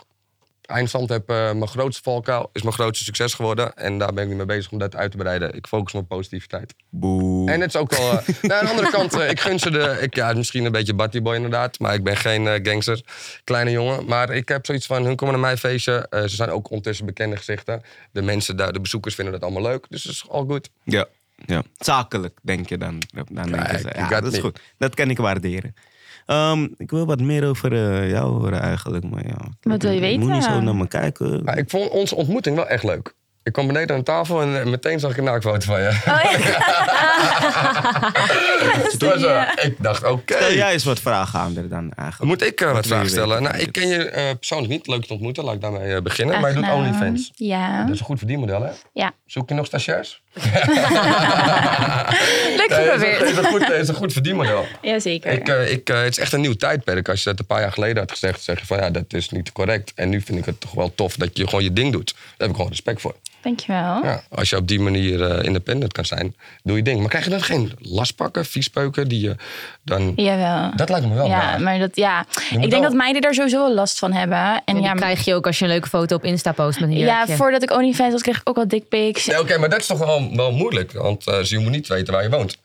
Eindstand heb eh, mijn grootste valkuil, is mijn grootste succes geworden. En daar ben ik nu mee bezig om dat uit te breiden. Ik focus me op positiviteit. Boe. En het is ook wel... eh, nou, aan de andere kant, eh, ik gun ze de... Ik, ja, misschien een beetje Batty Boy inderdaad. Maar ik ben geen eh, gangster. Kleine jongen. Maar ik heb zoiets van, hun komen naar mijn feestje. Eh, ze zijn ook ondertussen bekende gezichten. De mensen daar, de bezoekers vinden dat allemaal leuk. Dus het is al goed. Ja. Ja. Zakelijk, denk je dan. dan denken ze, you ja, got dat is me. goed. Dat kan ik waarderen. Ehm, ik wil wat meer over eh, jou horen eigenlijk. Maar ja, Wat wil je Ik Moet weten? niet zo naar me kijken. Maar ik vond onze ontmoeting wel echt leuk. Ik kwam beneden aan tafel en eh, meteen zag ik een naaktfoto van je. Oh, ja. Toen was, eh, ik dacht, oké. Stel jij eens wat vragen aan er dan eigenlijk. Moet ik eh, wat wil je vragen stellen? weten? Nou, ik ken je eh, persoonlijk niet. Leuk te ontmoeten. Laat ik daarmee eh, beginnen. maar je doet Nou, OnlyFans. Ja. Dat is een goed verdienmodel, hè? ja. Zoek je nog stagiairs? Leuk Nee, dat is, dat geprobeerd. is een goed, dat is een goed verdienmodel. Jazeker. Ik, eh, ik, eh, het is echt een nieuw tijdperk. Als je dat een paar jaar geleden had gezegd, zeg je van ja, dat is niet correct. En nu vind ik het toch wel tof dat je gewoon je ding doet. Daar heb ik gewoon respect voor. Dankjewel. Ja, als je op die manier eh, independent kan zijn, doe je ding. Maar krijg je dan geen lastpakken, viespeuken die je dan. Jawel. Dat lijkt me wel. ja, raar. maar dat, ja. moet Ik denk wel- dat meiden daar sowieso wel last van hebben. En En ja, die maar- krijg je ook als je een leuke foto op Insta post met een ja, jurkje. voordat ik OnlyFans was, kreeg ik ook wel dickpics. Nee, Oké, maar dat is toch wel, wel moeilijk. Want eh, ze moet niet weten waar je woont.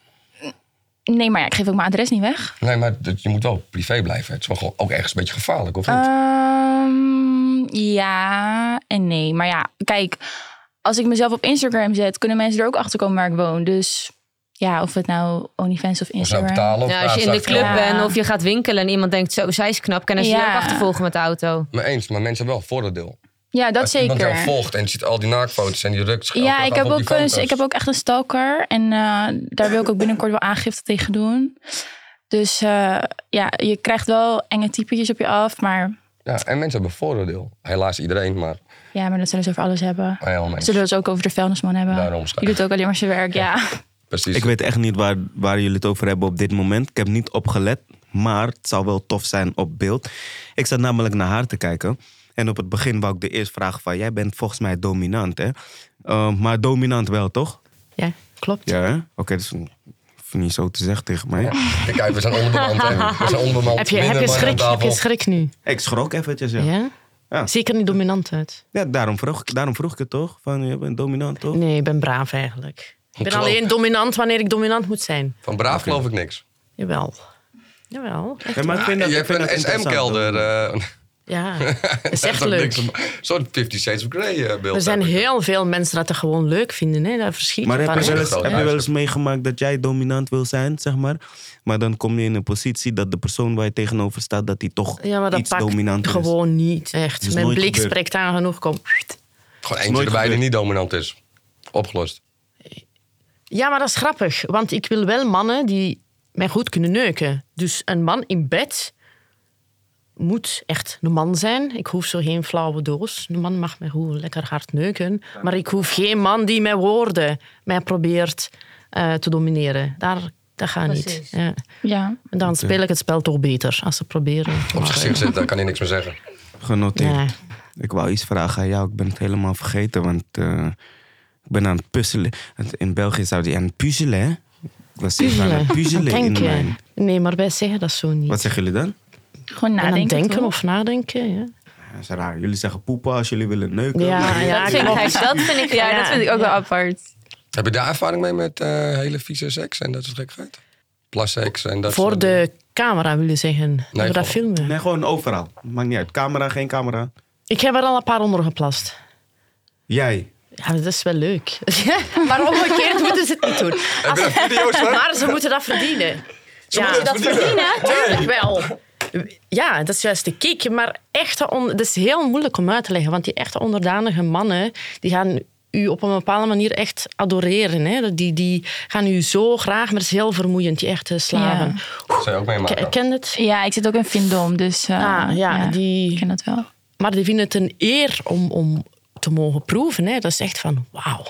Nee, maar ja, ik geef ook mijn adres niet weg. Nee, maar dat, je moet wel privé blijven. Het is wel gewoon ook ergens een beetje gevaarlijk, of niet? Ah, Ehm, ja en nee. Maar ja, kijk, als ik mezelf op Instagram zet, kunnen mensen er ook achter komen waar ik woon. Dus ja, of het nou OnlyFans of of ze nou Instagram. betalen of Ja, als je in de praatzaak- club Ja. bent of je gaat winkelen en iemand denkt, zo, zij is knap, kunnen ze je Ja. ook achtervolgen met de auto. Maar eens, maar mensen hebben wel een voordeel. Ja, dat Als iemand jou zeker. volgt en je ziet al die naakfoto's en die rukt zich elke Ja, dag ik heb, op die ook, een- foto's. ik heb ook echt een stalker. En eh, daar wil ik ook binnenkort wel aangifte tegen doen. Dus eh, ja, je krijgt wel enge typetjes op je af. Maar Ja, en mensen hebben voordeel. Helaas iedereen, maar ja, maar dat zullen ze over alles hebben. heel mensen. Zullen we het ook over de vuilnisman hebben? Daarom Die doet ook alleen maar zijn werk, ja. Precies. Ik weet echt niet waar, waar jullie het over hebben op dit moment. Ik heb niet opgelet, maar het zou wel tof zijn op beeld. Ik zat namelijk naar haar te kijken. En op het begin wou ik de eerste vraag van... Jij bent volgens mij dominant, hè? Eh, maar dominant wel, toch? Ja, klopt. Ja, hè? Oké, dus dat is niet zo te zeggen tegen mij. Ja, Kijk, we zijn onbemand. hè. We zijn onbemand. Heb je, Minder heb, je mannen aan schrik, heb je tafel. schrik nu? Ik schrok eventjes, ja. Ja. ja. Ja. Zeker niet dominant uit. daarom, vroeg, ik- daarom vroeg ik het toch? Van, je bent dominant, toch? Nee, ik ben braaf eigenlijk. Ik ben Klopt. alleen dominant wanneer ik dominant moet zijn. Van braaf geloof ik niks. Jawel. Jawel. echt. Ja, maar ik vind Je dat, ik hebt vind dat Ah, een interessant. SM-kelder. eh, Ja, dat is dat echt ook leuk. niks om- Zo'n 50 Shades of Grey eh, beeld. Er zijn heb ik. heel veel mensen dat het gewoon leuk vinden. Hè? Daar verschiet Maar je van. heb je, hè. wel eens, Grote heb je wel eens huizen. meegemaakt dat jij dominant wil zijn, zeg maar? Maar dan kom je in een positie dat de persoon waar je tegenover staat, dat die toch Ja, maar dat iets pakt dominanter is. gewoon niet. Echt. is Mijn nooit blik gebeurd. spreekt aan genoeg. Kom. Gewoon nooit eentje erbij die gebeurd. niet dominant is. Opgelost. Ja, maar dat is grappig. Want ik wil wel mannen die mij goed kunnen neuken. Dus een man in bed moet echt een man zijn. Ik hoef zo geen flauwe doos. Een man mag mij gewoon lekker hard neuken. Maar ik hoef geen man die met woorden mij probeert eh, te domineren. Daar, dat gaat niet. Precies. Ja. ja. En dan speel ik het spel toch beter als ze proberen. Maar, eh, Op zijn gezicht zitten, daar kan hij niks meer zeggen. Genoteerd. nee. Ik wou iets vragen aan jou, ik ben het helemaal vergeten, want eh, ik ben aan het puzzelen. Want In België zou die aan het puzzelen, hè? Ik was even aan Puzzelen. het puzzelen in Denken. mijn... Nee, maar wij zeggen dat zo niet. Wat zeggen jullie dan? Gewoon en nadenken. aan denken toch? of nadenken. Ja, Ja, dat is raar. Jullie zeggen poepen als jullie willen neuken. ja, maar- ja, dat, vind klopt. ik, dat vind ik, ja, Ja, dat vind ik ook wel apart. Heb je daar ervaring mee met eh, hele vieze seks en dat soort gekkigheid? Plasseks en dat Voor soort de camera wil je zeggen. Hebben we dat gewoon- filmen? Nee, gewoon overal. Maakt niet uit. Camera, geen camera. Ik heb er al een paar onder geplast. Jij. Ja, dat is wel leuk. maar omgekeerd moeten ze het niet doen. Heb je daar video's van? Maar ze moeten dat verdienen. Ze moeten dat verdienen? Tuurlijk wel. Ja, dat is juist de kick. Maar echte on- dat is heel moeilijk om uit te leggen. Want die echte onderdanige mannen... die gaan u op een bepaalde manier echt adoreren. Hè? Die, die gaan u zo graag, maar het is heel vermoeiend, die echte slaven. Dat zou je ook Ke- meemaken. Ken het? Ja, ik zit ook in Vindom, dus eh, Ah, ja, die- ik ken dat wel. Maar die vinden het een eer om, om te mogen proeven. Hè? Dat is echt van, wauw.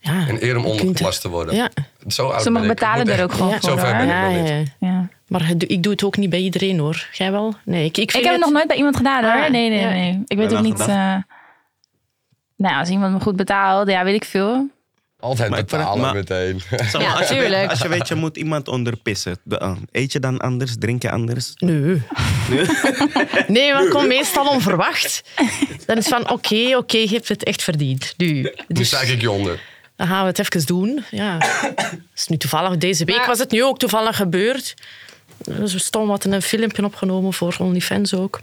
Ja, Een eer om je kunt ondergeplast het- te worden. Ja. Zo oud Ze mag ben ik. Ik betalen moet er echt- ook gewoon Ja, voor. zover ben hoor. ik. Ja, nog niet. ja. Ja. Maar het- ik doe het ook niet bij iedereen hoor. Jij wel? Nee, ik, ik, Ik vind heb het nog nooit bij iemand gedaan hoor. Ah, nee, nee, ja. nee. Ik weet Wel ook niet. nagedacht. eh, nou, als iemand me goed betaalt, ja, weet ik veel. Altijd Maar ik vind het- betalen maar- meteen. Zeg maar, Ja, als, je weet, tuurlijk. als je weet, je moet iemand onderpissen. De- eh, eet je dan anders? Drink je anders? Nee. Nee, maar het komt meestal onverwacht. Dan is het van, oké, oké, je hebt het echt verdiend. Nu. Nu Dus sta ik je onder. dan gaan we het even doen. Ja. Het is nu toevallig, deze week Maar- was het nu ook toevallig gebeurd. Dus we stonden wat in een filmpje opgenomen voor OnlyFans ook.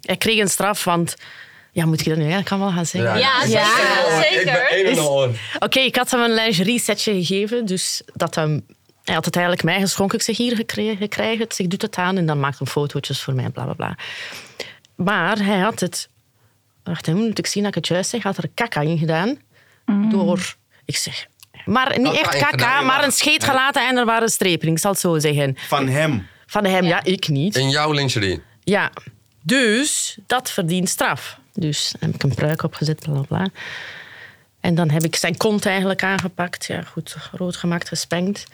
Ik kreeg een straf, want Ja, moet ik dat nu? Ja, ik kan wel gaan zeggen. Ja, zeker, Ik ben één en al hoor. Oké, ik had hem een lingerie setje gegeven, dus dat hem, hij had het eigenlijk mij geschonken. Ik zeg, hier, gekregen, gekregen het. Ik zeg, doe het aan en dan maak hem fotootjes voor mij, bla, bla, bla. Maar hij had het... Wacht, even, moet ik zien dat ik het juist zeg. Hij had er kaka in gedaan door... Ik zeg... Maar niet Kaka echt in kaka, gedaan, maar ja. een scheet gelaten en er waren strepen. Ik zal het zo zeggen. Van hem. Van hem, ja, ik niet. In jouw lingerie. Ja, dus dat verdient straf. Dus heb ik een pruik opgezet, bla bla bla. En dan heb ik zijn kont eigenlijk aangepakt. Ja, goed, rood gemaakt, gespenkt.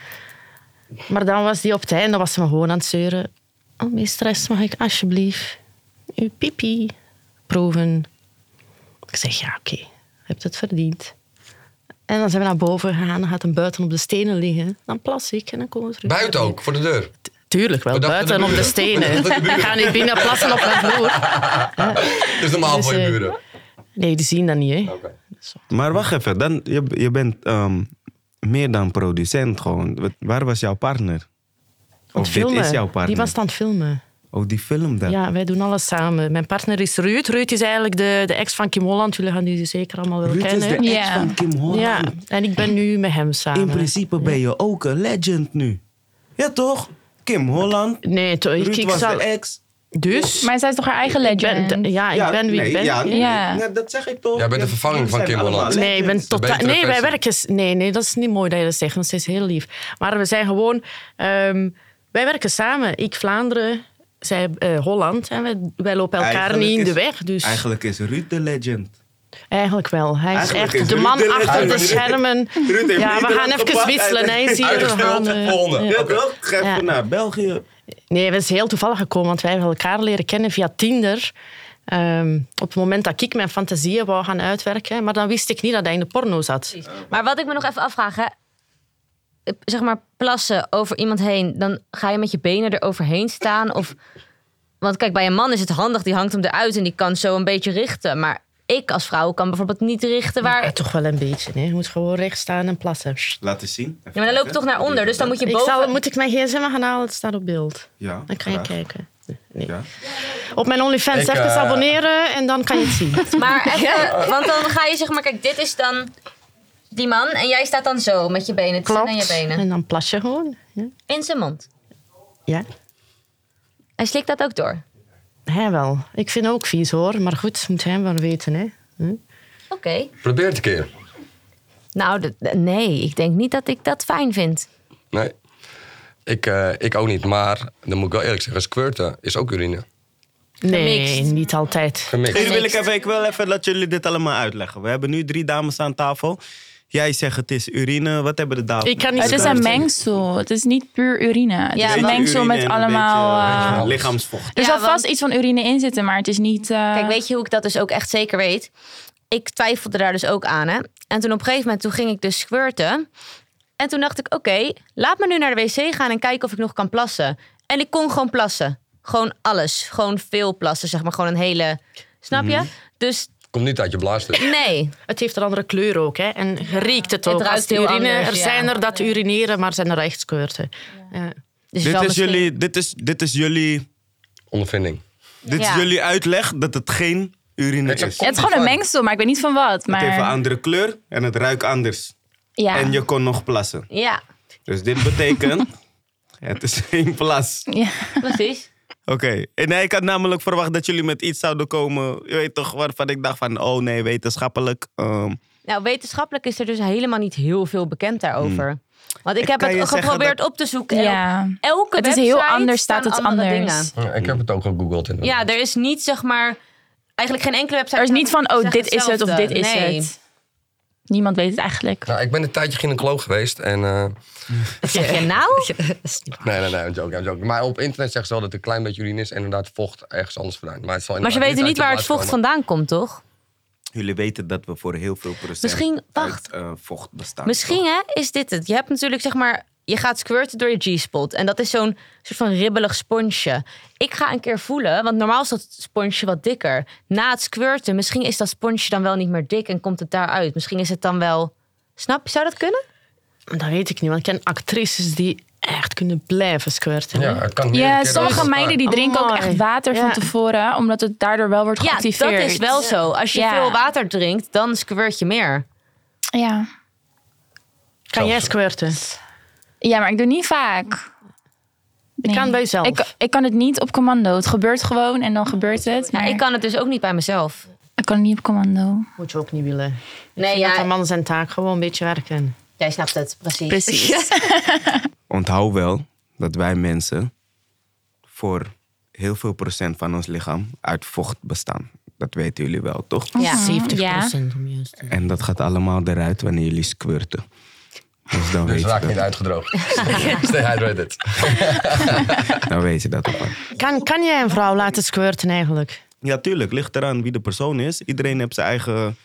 Maar dan was die op het einde, was ze me gewoon aan het zeuren. Oh, meesteres, mag ik alsjeblieft uw pipi proeven? Ik zeg, ja, oké, je hebt het verdiend. En dan zijn we naar boven gegaan, dan gaat hem buiten op de stenen liggen. Dan plas ik en dan komen we terug. Buiten ook, voor de deur. Tuurlijk wel, We dachten buiten de op de buren. stenen. Ik ga niet binnen plassen op de vloer. Dat is normaal Dus, voor je eh, buren. Nee, die zien dat niet, hè. Oké. Maar wacht even, dan, je, je bent ehm, meer dan producent gewoon. Wat- Waar was jouw partner? Aan Of het filmen. dit is jouw partner? Die was aan het filmen. Oh, die film dan. Ja, wij doen alles samen. Mijn partner is Ruud. Ruud is eigenlijk de, de ex van Kim Holland. Jullie gaan die zeker allemaal wel Ruud is kennen. de ex Ja. van Kim Holland. ja, en ik ben nu met hem In samen. principe ben je ook een legend nu. Ja toch? Kim Holland. Nee, to- ik, Ruud ik was zal... de ex. Dus? Maar zij is toch haar eigen ik ben- legend? ja, ik ben wie nee, ik ben. Ja, nee, Ja. nee, dat zeg ik toch. Jij bent de Ja, vervanging jullie van zijn Kim allemaal Holland. Nee, ik ben legends. totaal. betere Nee, wij versie. werken. s- Nee, nee, dat is niet mooi dat je dat zegt, want ze is heel lief. Maar we zijn gewoon. ehm, wij werken samen. Ik Vlaanderen, zij eh, Holland. En wij, wij lopen elkaar Eigenlijk niet in de is- weg. Dus eigenlijk, Eigenlijk is Ruud de legend. wel. Hij is Eigenlijk echt is de Ruud man de achter de legend. schermen. Ruud heeft Ja, we Nederland gaan even gepakt, wisselen. Hij is hier. We Uitgespeeld, gaan, eh, volgende. ja. Ja, toch? Ga even Ja. naar België. Nee, we zijn heel toevallig gekomen, want wij hebben elkaar leren kennen via Tinder. Ehm, op het moment dat ik mijn fantasieën wou gaan uitwerken. Maar dan wist ik niet dat hij in de porno zat. Maar wat ik me nog even afvraag, hè. zeg maar plassen over iemand heen, dan ga je met je benen eroverheen staan? Of... Want kijk, bij een man is het handig, die hangt hem eruit en die kan zo een beetje richten. Maar ik als vrouw kan bijvoorbeeld niet richten waar... Ja, toch wel een beetje. Hè. Je moet gewoon recht staan en plassen. Laat eens zien. Even Ja, maar dan loop je kijken. toch naar onder, dus dan moet je boven... Ik zal, moet ik mijn gsm gaan halen? Het staat op beeld. Ja, Dan eh, kan je graag. kijken. Nee. Ja. Op mijn OnlyFans Ik, even eh, abonneren en dan kan je het zien. Maar even, want dan ga je zeg maar, kijk, dit is dan die man en jij staat dan zo met je benen, tussen en je benen. En dan plas je gewoon. Ja. In zijn mond. ja. Hij slikt dat ook door. Hij wel. Ik vind het ook vies hoor. Maar goed, moet hij wel weten. Hè. Hm? Oké. Probeer het een keer. Nou, d- d- nee, ik denk niet dat ik dat fijn vind. Nee. Ik, eh, ik ook niet, maar dan moet ik wel eerlijk zeggen, squirten is ook urine. Nee, Gemixt. niet altijd. Gemixt. Hier wil ik, even, ik wil even dat jullie dit allemaal uitleggen. We hebben nu drie dames aan tafel. Jij zegt het is urine. Wat hebben de dames? Ik kan niet Het is zeggen. een mengsel. Het is niet puur urine. Het Ja, is een want- mengsel met allemaal... eh, beetje- lichaamsvocht. er Ja, zal want- vast iets van urine in zitten, maar het is niet... eh, Kijk, weet je hoe ik dat dus ook echt zeker weet? Ik twijfelde daar dus ook aan, hè. En toen op een gegeven moment, toen ging ik dus squirten. En toen dacht ik, oké, laat me nu naar de wc gaan en kijken of ik nog kan plassen. En ik kon gewoon plassen. Gewoon alles. Gewoon veel plassen, zeg maar. Gewoon een hele... Snap Mhm. je? Dus Komt niet uit je blaas. dus. nee. Het heeft een andere kleur ook. Hè. En je riekt het ook. ruikt als heel urine. anders, er ja. zijn er dat urineren, maar zijn er echt squirten. Ja. Dus Dit wel is, misschien- jullie, dit, is, dit is jullie... Ondervinding. Dit Ja. is jullie uitleg dat het geen urine Het is is. Ja, het is gewoon een mengsel, maar ik weet niet van wat. Het heeft een Maar, andere kleur en het ruikt anders. ja. En je kon nog plassen. Ja, Dus dit betekent... het is geen plas. Ja. precies. Oké. En nee, ik had namelijk verwacht dat jullie met iets zouden komen. Je weet toch waarvan ik dacht van... Oh nee, wetenschappelijk. ehm, nou, wetenschappelijk is er dus helemaal niet heel veel bekend daarover. Want ik Ik heb kan je het zeggen geprobeerd dat- op te zoeken. En ja. op Elke Het is heel website anders, staat staan het andere anders. dingen. Ja, Ik heb het ook gegoogeld. inderdaad. Ja, er is niet zeg maar. Eigenlijk geen enkele website. Er is niet staat- van, oh, zegt dit is het of hetzelfde. dit is Nee. het. Niemand weet het eigenlijk. Nou, ik ben een tijdje gynaecoloog geweest en... eh, Wat zeg je nou? dat is niet waar. nee, nee, nee, een joke, een joke. Maar op internet zeggen ze wel dat er een klein beetje urine is en inderdaad vocht ergens anders vandaan. Maar, het zal Maar ze inderdaad weten niet uit waar je het blaas vocht komen. vandaan komt, toch? Jullie weten dat we voor heel veel procent Misschien- wacht. uit, eh, vocht bestaan. Misschien hè, is dit het. Je hebt natuurlijk zeg maar. Je gaat squirten door je G-spot. En dat is zo'n soort van ribbelig sponsje. Ik ga een keer voelen, want normaal is dat sponsje wat dikker. Na het squirten, misschien is dat sponsje dan wel niet meer dik en komt het daaruit. Misschien is het dan wel. Snap je, zou dat kunnen? Dat weet ik niet, want ik ken actrices die echt kunnen blijven squirten. Ja, hè? het kan meerdere Ja, keren sommige achter elkaar. meiden die drinken ook Amai. echt water van Ja. tevoren, omdat het daardoor wel wordt Oh, Ja, dat geactiveerd. is wel zo. Als je Ja. veel water drinkt, dan squirt je meer. Ja. Kan jij squirten? ja, maar ik doe niet vaak. Ik kan bij jezelf. Ik, ik kan het niet op commando. Het gebeurt gewoon en dan gebeurt het. Maar Ik kan het dus ook niet bij mezelf. ik kan het niet op commando. Moet je ook niet willen. Nee, Dat ja, een man zijn taak gewoon een beetje werken. jij snapt het, precies. Precies. Onthoud wel dat wij mensen voor heel veel procent van ons lichaam uit vocht bestaan. Dat weten jullie wel, toch? Ja. 70 ja. om juist te En dat gaat allemaal eruit wanneer jullie squirten. Dus dan, weet, Dus je raak dat. niet uitgedroogd. Stay hydrated. dan weet je dat ook wel. Kan, kan jij een vrouw laten squirten eigenlijk? Ja, tuurlijk. Ligt eraan wie de persoon is. Iedereen heeft zijn eigen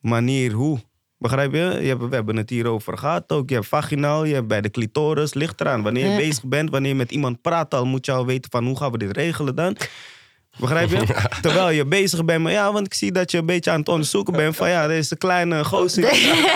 manier hoe. Begrijp je? je hebt, we hebben het hier over gehad ook. Je hebt vaginaal, je hebt bij de clitoris. Ligt eraan. Wanneer je Ja. bezig bent, wanneer je met iemand praat al... moet je al weten van hoe gaan we dit regelen dan. Begrijp je? Terwijl je bezig bent. Maar ja, want ik zie dat je een beetje aan het onderzoeken bent. Van ja, er is een kleine gozer.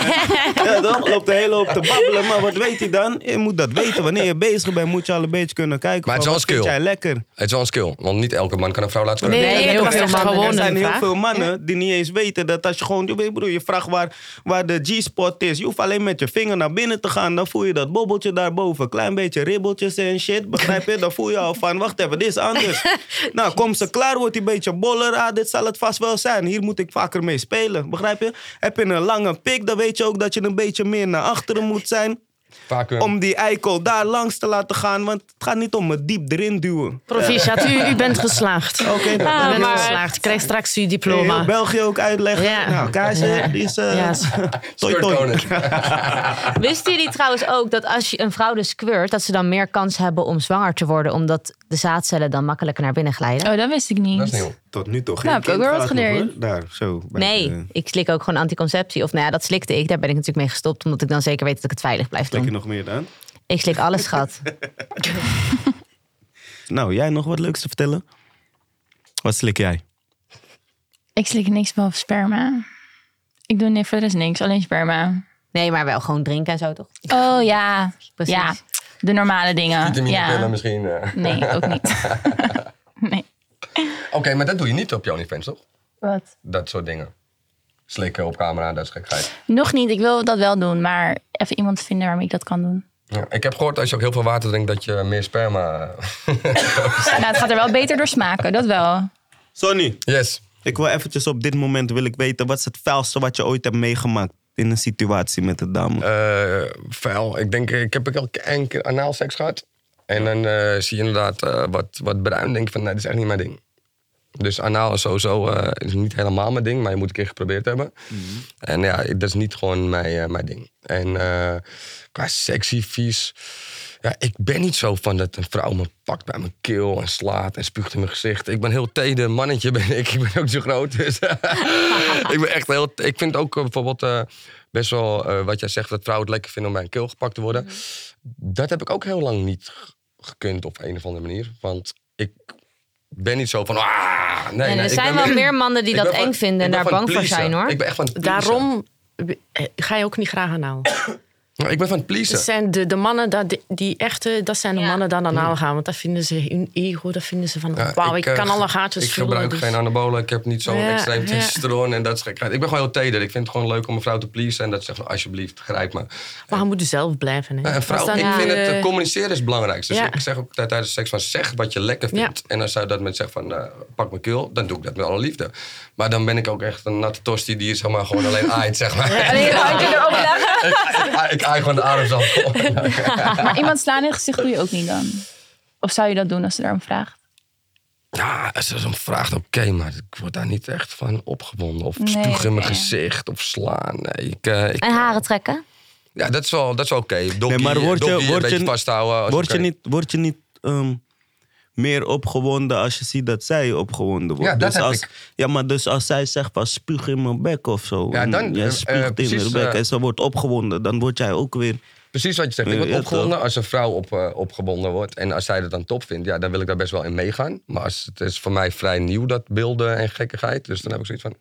Ja, dan loopt de hele hoop te babbelen. Maar wat weet hij dan? Je moet dat weten. Wanneer je bezig bent, moet je al een beetje kunnen kijken. Maar het van, is wat wel vind skill. jij lekker? Het is wel een skill, want niet elke man kan een vrouw laten squirten. Nee, heel ik was veel echt mannen. gewoon Er zijn een heel vraag. veel mannen die niet eens weten dat als je gewoon, je, weet, broer, je vraagt waar, waar de G-spot is. Je hoeft alleen met je vinger naar binnen te gaan. Dan voel je dat bobbeltje daarboven. Klein beetje ribbeltjes en shit. Begrijp je? Dan voel je al van, wacht even, dit is anders. nou, kom ze klaar, wordt die beetje boller. Ah, dit zal het vast wel zijn. Hier moet ik vaker mee spelen. Begrijp je? Heb je een lange pik, dan weet je ook dat je een beetje meer naar achteren moet zijn. Vaak eh, Om die eikel daar langs te laten gaan. Want het gaat niet om het diep erin duwen. Proficiat, u, u bent geslaagd. Oh, Oké, U dan. bent maar- geslaagd. Je krijgt straks uw Heel diploma. België ook uitleggen. Ja. Nou, Kaasje, Ja. die is... eh, Ja. toi, squirt toi. koning. Wisten jullie trouwens ook dat als je een vrouw dus squirt, dat ze dan meer kans hebben om zwanger te worden, omdat de zaadcellen dan makkelijker naar binnen glijden? Oh, dat wist ik niet. Dat is nieuw. Tot nu toch Nou, heb ik ook weer wat geleerd. Daar, zo. bij Nee, de- ik slik ook gewoon anticonceptie. Of nou ja, dat slikte ik. Daar ben ik natuurlijk mee gestopt, omdat ik dan zeker weet dat ik het veilig blijf Slik je doen. nog meer dan? Ik slik alles, schat. Nou, jij nog wat leuks te vertellen? Wat slik jij? Ik slik niks behalve sperma. Ik doe nee, voor de rest niks, alleen sperma. Nee, maar wel gewoon drinken en zo, toch? Oh ja. Precies. Ja, de normale dingen. Vitaminepillen Ah, Ja. misschien. eh. Oké, Nee, ook niet. nee. maar dat doe je niet op je OnlyFans, toch? Wat? Dat soort dingen. Slikken op camera, dat is gekheid. Nog niet, ik wil dat wel doen, maar even iemand vinden waarmee ik dat kan doen. Ja, ik heb gehoord als je ook heel veel water drinkt, dat je meer sperma... Nou, het gaat er wel beter door smaken, dat wel. Sonny, yes. ik wil eventjes op dit moment wil ik weten... wat is het vuilste wat je ooit hebt meegemaakt in een situatie met een dame? eh vuil. Ik denk, ik heb ook al een keer anaalseks gehad. En dan eh, zie je inderdaad eh, wat, wat bruin. denk je van, nee, dat is echt niet mijn ding. Dus anaal is sowieso eh, is niet helemaal mijn ding, maar je moet een keer geprobeerd hebben. En ja, ik- dat is niet gewoon mijn, eh, mijn ding. En eh, qua sexy, vies. Ja, ik ben niet zo van dat een vrouw me pakt bij mijn keel en slaat en spuugt in mijn gezicht. Ik ben heel teder mannetje, ben ik. Ik ben ook zo groot. Dus ik ben echt heel. Ik vind ook eh, bijvoorbeeld eh, best wel eh, wat jij zegt, dat vrouwen het lekker vinden om bij een keel gepakt te worden. Dat heb ik ook heel lang niet g- gekund op een of andere manier. Want ik ben niet zo van. "Ah!" nee, En nee, er ik zijn ben- wel meer mannen die ik dat ben van- eng vinden en ik ben daar van bang voor pleasen. zijn, hoor. Ik ben echt van het pleasen. Daarom eh, ga je ook niet graag anaal. Ik ben van het Het Dus, pleasen. zijn de, de mannen dat, die- die echte, dat zijn de Ja. mannen die anaal gaan. Want dat vinden ze hun ego, dat vinden ze van... Ja, wauw, ik, eh, kan alle Ik gaatjes vullen. gebruik dus- geen anabolen. Ik heb niet zo'n Ja, extreem ja. testosteron en dat is gekheid. Ik ben gewoon heel teder. Ik vind het gewoon leuk om een vrouw te pleasen. En dat zegt van, alsjeblieft, grijp me. Maar hij moet dus zelf blijven. Hè. Nou, een Als vrouw, dan ik die, vind het, eh, eh, communiceren is het belangrijkste. Dus ja. ik zeg ook tijd- tijdens seks van, zeg wat je lekker Ja. vindt. En als zij dat met zegt van, eh, pak mijn keel, dan doe ik dat met alle liefde. Maar dan ben ik ook echt een natte tosti die zeg maar, gewoon alleen aait, zeg maar. ik, ik aai gewoon de adem af. Maar iemand slaan in het gezicht doe je ook niet dan. Of zou je dat doen als ze daarom vraagt? Ja, als er zo'n vraag, oké, maar ik word daar niet echt van opgewonden. Of Nee, spuug in mijn oké. gezicht, of slaan. Nee, ik, eh, ik- En haren trekken? ja, dat is wel, dat is wel oké. Dokkie, Nee, maar word je- dokkie, word een je- beetje vasthouden. is Word je oké. niet, word je niet ehm, meer opgewonden als je ziet dat zij opgewonden wordt? Ja, dat dus heb als, ik. Ja, maar dus als zij zegt van spuug in mijn bek of zo. Ja, en dan, jij eh, spuugt eh, in precies, haar bek eh, en ze wordt opgewonden. Dan word jij ook weer... Precies wat je zegt. Ik Ja, word ja, opgewonden als een vrouw op, eh, opgewonden wordt. En als zij dat dan top vindt, ja, dan wil ik daar best wel in meegaan. Maar als, het is voor mij vrij nieuw, dat beelden en gekkigheid. Dus dan heb ik zoiets van...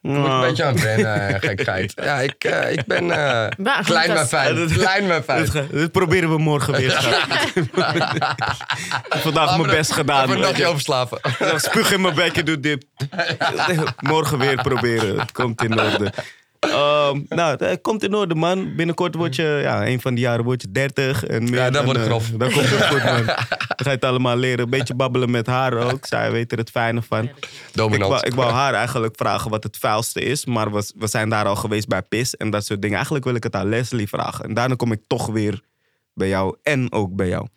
Moet ik een Nou. beetje aan wennen, eh, gekheid. Ja, ik, eh, ik ben eh, Maar goed, klein dat- maar fijn. Klein maar fijn. Dit, ge- dit proberen we morgen weer. schat. Vandaag mijn best gedaan. Even een weet je. dagje overslapen. Ja, Spuug in mijn bek en doe dit. Morgen weer proberen. Het komt in orde. Ehm, nou, het komt in orde, man. Binnenkort word je, ja, een van die jaren word je 30. En meer, Ja, dan word ik eh, grof. Dan komt het goed, man. Dan ga je het allemaal leren. Een beetje babbelen met haar ook. Zij weet er het fijne van. Ik Dominant. wou, ik wou haar eigenlijk vragen wat het vuilste is. Maar we, we zijn daar al geweest bij PIS en dat soort dingen. Eigenlijk wil ik het aan Leslie vragen. En daarna kom ik toch weer bij jou en ook bij jou.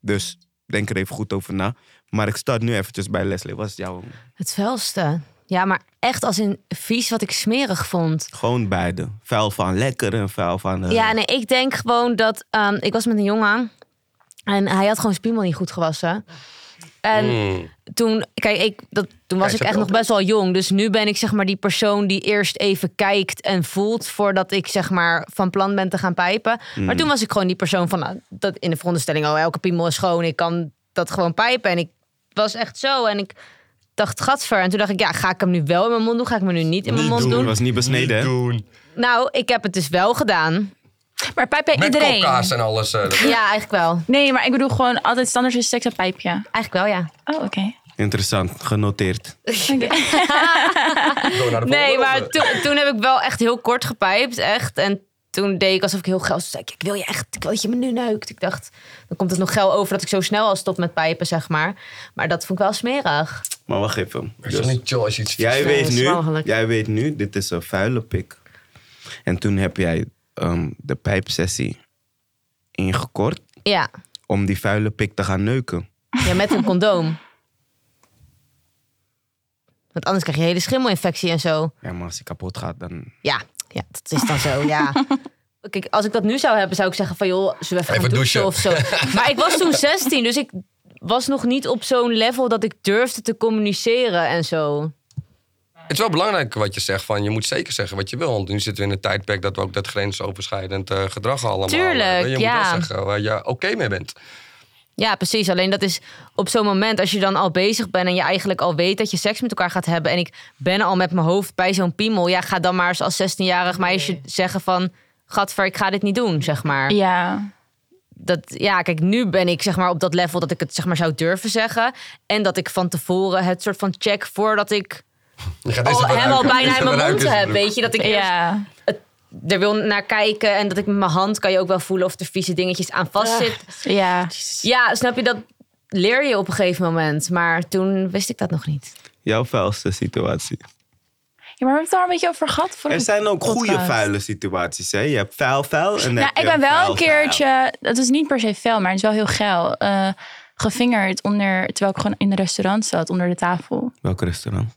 Dus denk er even goed over na. Maar ik start nu eventjes bij Leslie. Was jouw... Het vuilste. Ja, maar echt als in vies wat ik smerig vond. Gewoon beide. Vuil van lekker en vuil van... eh, Ja, nee, ik denk gewoon dat... ehm, ik was met een jongen en hij had gewoon spiemel niet goed gewassen. En Mm. toen, kijk, ik, dat, toen was Kijk, ik zet echt je nog op. best wel jong. Dus nu ben ik zeg maar die persoon die eerst even kijkt en voelt voordat ik zeg maar van plan ben te gaan pijpen. Maar toen was ik gewoon die persoon van nou, dat in de veronderstelling, oh, elke piemel is schoon. Ik kan dat gewoon pijpen. En ik was echt zo. En ik dacht, gatver. En toen dacht ik, ja, ga ik hem nu wel in mijn mond doen? Ga ik hem nu niet in mijn Niet mond doen? was niet besneden, hè? Nou, ik heb het dus wel gedaan. Maar pijp bij Met iedereen. kokkaas en alles. eh, dat- Ja, eigenlijk wel. Nee, maar ik bedoel gewoon altijd standaard is seks en pijpje. Eigenlijk wel, ja. Oh, oké. Interessant. Genoteerd. Eh. Go naar de Nee, volgende maar ronde. toen, toen heb ik wel echt heel kort gepijpt, echt. En toen deed ik alsof ik heel geil was. Toen zei. Ik, ik wil je echt, ik wil dat je me nu neukt. Ik dacht, dan komt het nog geil over dat ik zo snel al stop met pijpen, zeg maar. Maar dat vond ik wel smerig. Maar wacht even. Maar is toch Dus- niet chill als je iets Jij vies weet, is nu, mogelijk. jij weet nu, dit is een vuile pik. En toen heb jij ehm, de pijpsessie ingekort Ja, om die vuile pik te gaan neuken. ja met een condoom. Want anders krijg je hele schimmelinfectie en zo. Ja, maar als die kapot gaat, dan... Ja, ja dat is dan zo, ja. Kijk, als ik dat nu zou hebben, zou ik zeggen van joh, zullen we Even even, gaan douchen. douchen of zo. Maar ik was toen 16, dus ik was nog niet op zo'n level dat ik durfde te communiceren en zo. Het is wel belangrijk wat je zegt. Van, je moet zeker zeggen wat je wil. Want nu zitten we in een tijdperk dat we ook dat grensoverschrijdend eh, gedrag allemaal Tuurlijk, hebben. Je moet ja. wel zeggen waar je oké mee bent. Ja, precies. Alleen dat is op zo'n moment, als je dan al bezig bent en je eigenlijk al weet dat je seks met elkaar gaat hebben. En ik ben al met mijn hoofd bij zo'n piemel. Ja, ga dan maar eens als 16-jarig meisje zeggen van. Gadver, ik ga dit niet doen, zeg maar. Ja. dat, ja, kijk, nu ben ik zeg maar op dat level dat ik het zeg maar zou durven zeggen. En dat ik van tevoren het soort van check voordat ik Je gaat al, deze hem gebruiken, al Oh, bijna in deze mijn mond gebruiken, heb. deze Weet je, dat ik eerst Ja. er wil naar kijken en dat ik met mijn hand kan je ook wel voelen of er vieze dingetjes aan vastzit. Ja. Ja, snap je dat? Leer je op een gegeven moment, maar toen wist ik dat nog niet. Jouw vuilste situatie. Ja, maar we hebben het daar een beetje over gehad. Voor Er zijn ook goede podcast. vuile situaties, hè? Je hebt vuil, vuil en dan Nou, heb ik je ben wel vuil, een keertje, dat is niet per se fel, maar het is wel heel geil. eh, gevingerd onder, terwijl ik gewoon in een restaurant zat, onder de tafel. vuil. Welk restaurant?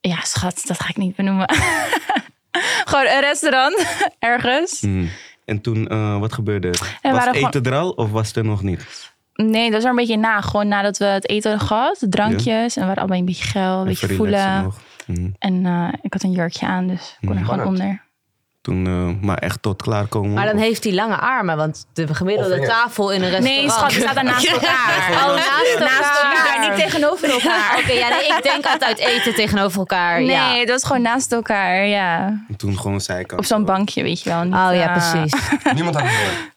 Ja, schat, dat ga ik niet benoemen. gewoon een restaurant, ergens. Hmm. En toen, eh, wat gebeurde er? Er was waren het eten gewoon- er al of was het er nog niet? Nee, dat is er een beetje na. Gewoon nadat we het eten hadden gehad, de drankjes. En we waren allebei een beetje geil, een beetje Even relaxen voelen. nog. Hmm. En eh, ik had een jurkje aan, dus ik kon er gewoon Spannend. onder. Toen, eh, maar echt tot klaarkomen. Maar dan of- heeft hij lange armen, want de gemiddelde Of- tafel in een restaurant. Nee, schat, we staan daar naast elkaar. Oh, naast elkaar. niet tegenover elkaar. Oké, ja, nee, ik denk altijd eten tegenover elkaar. Nee, ja. dat is gewoon naast elkaar, ja. En toen gewoon zijkant. Op zo'n bankje, weet je wel. Niet, Oh ja, eh, precies. gebruiken. Niemand had het door.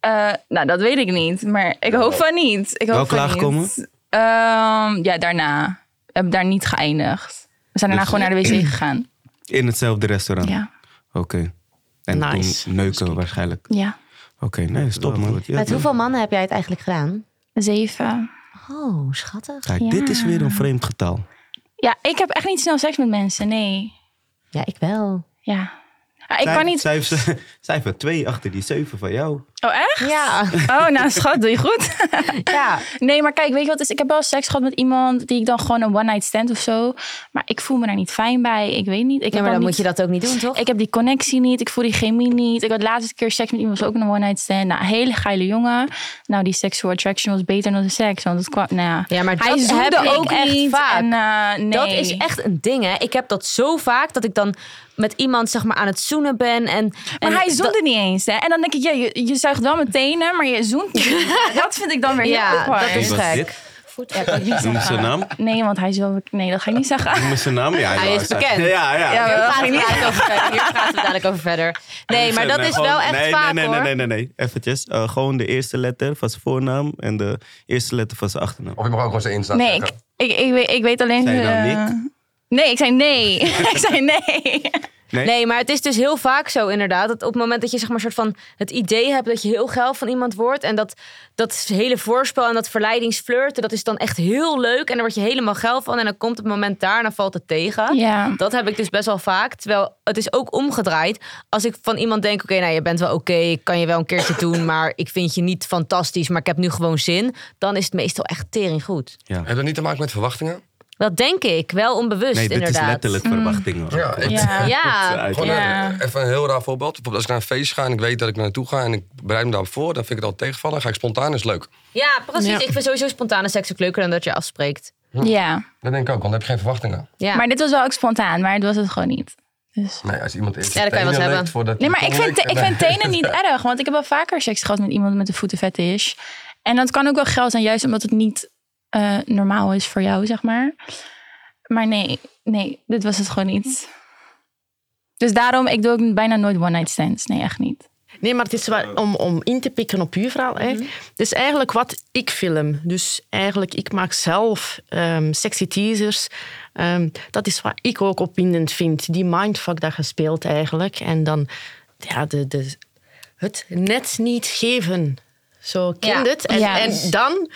eh, nou, dat weet ik niet, maar ik hoop van niet. Ik hoop Wel van klaargekomen? niet. Ehm, ja, daarna. We hebben daar niet geëindigd. We zijn daarna Dus- Ah. gewoon naar de wc gegaan. In hetzelfde restaurant? Ja. Oké. En Nice. toen neuken waarschijnlijk. Ja. Oké, nee, stop man. Ja, Met hoeveel mannen heb jij het eigenlijk gedaan? Zeven. Oh, schattig. Kijk, dit is weer een vreemd getal. Ja, ik heb echt niet snel seks met mensen, nee. Ja, ik wel. Ja. Ah, ik kan niet... Cijfer, cijfer twee achter die zeven van jou. Oh, echt? Ja. Oh, nou schat, doe je goed. ja. Nee, maar kijk, weet je wat het is? Ik heb wel seks gehad met iemand die ik dan gewoon een one-night stand of zo. Maar ik voel me daar niet fijn bij. Ik weet niet. Ik Ja, heb maar al dan niet- moet je dat ook niet doen, toch? Ik heb die connectie niet. Ik voel die chemie niet. Ik had de laatste keer seks met iemand. was ook een one-night stand. Nou, hele geile jongen. Nou, die sexual attraction was beter dan de seks. Want het kwam, nou ja. Ja, maar Hij dat zoende heb ik ook echt niet. vaak. En, eh, nee. Dat is echt een ding, hè. Ik heb dat zo vaak dat ik dan met iemand zeg maar, aan het zoenen ben. En, Maar en hij dat- zoende niet eens. Hè? En dan denk ik, ja, je, je zuigt wel meteen, hè, maar je zoent niet. dat vind ik dan weer heel Ja, awkward. dat is Wie was gek. dit? opgevoed? Ja, kan ik niet Noem zeggen. zijn naam. Nee, want hij is wel... bek- Nee, dat ga ik niet zeggen. Noem zijn naam. Ja, Hij ja, is bekend. Ja, ja. Ja, Hier dat praten, ging we niet. dadelijk over verder. Hier praten we dadelijk over verder. Nee, maar dat Nee, is gewoon- wel echt nee, vaak nee, nee, hoor. Nee, nee, nee, nee. Eventjes. Eh, gewoon de eerste letter van zijn voornaam en de eerste letter van zijn achternaam. Of je mag ook gewoon zijn Insta Nee, ik, zeggen. ik, ik, weet, ik weet alleen... Zei je nou eh, Nee, ik zei nee. ik zei nee. Nee? Nee, maar het is dus heel vaak zo inderdaad. Dat op het moment dat je zeg maar soort van het idee hebt dat je heel geil van iemand wordt. En dat, dat hele voorspel en dat verleidingsflirten, dat is dan echt heel leuk. En daar word je helemaal geil van. En dan komt het moment daar en dan valt het tegen. Ja. Dat heb ik dus best wel vaak. Terwijl het is ook omgedraaid. Als ik van iemand denk, oké, nou je bent wel oké. ik kan je wel een keertje doen. Maar ik vind je niet fantastisch. Maar ik heb nu gewoon zin. Dan is het meestal echt tering goed. Heeft dat niet te maken met verwachtingen? Dat denk ik. Wel onbewust Nee, dit inderdaad. Mm. is letterlijk eh, verwachtingen. hoor. Ja, ik- Ja. Ja. Uit- Gewoon Ja. een- even een heel raar voorbeeld. Bijvoorbeeld als ik naar een feest ga en ik weet dat ik naartoe ga en ik bereid me daarop voor, dan vind ik het al tegenvallen. Ga ik spontaan, is leuk. Ja, precies. Ja. Ik vind sowieso spontane seks ook leuker dan dat je afspreekt. ja. Dat denk ik ook, want dan heb je geen verwachtingen. Ja. Maar dit was wel ook spontaan, maar het was het gewoon niet. Dus. Nee, als iemand eerst Ja, dat kan je wel eens tenen hebben. likt voordat Nee, hij maar ik tong vind, te- likt, ik vind dan- tenen niet erg. Want ik heb wel vaker seks gehad met iemand met een voetenfetish. En dat kan ook wel geld zijn, juist omdat het niet eh, normaal is voor jou, zeg maar. Maar nee, nee, dit was het gewoon niet. Dus daarom, ik doe ook bijna nooit one night stands. Nee, echt niet. Nee, maar het is wel, om, om in te pikken op uw verhaal. Mhm. Hè. Het is eigenlijk wat ik film. Dus eigenlijk, ik maak zelf ehm, sexy teasers. Ehm, dat is wat ik ook opwindend vind. Die mindfuck dat gespeeld eigenlijk. En dan ja, de, de, het net niet geven. Zo kind Ja. het. En, Ja. en dan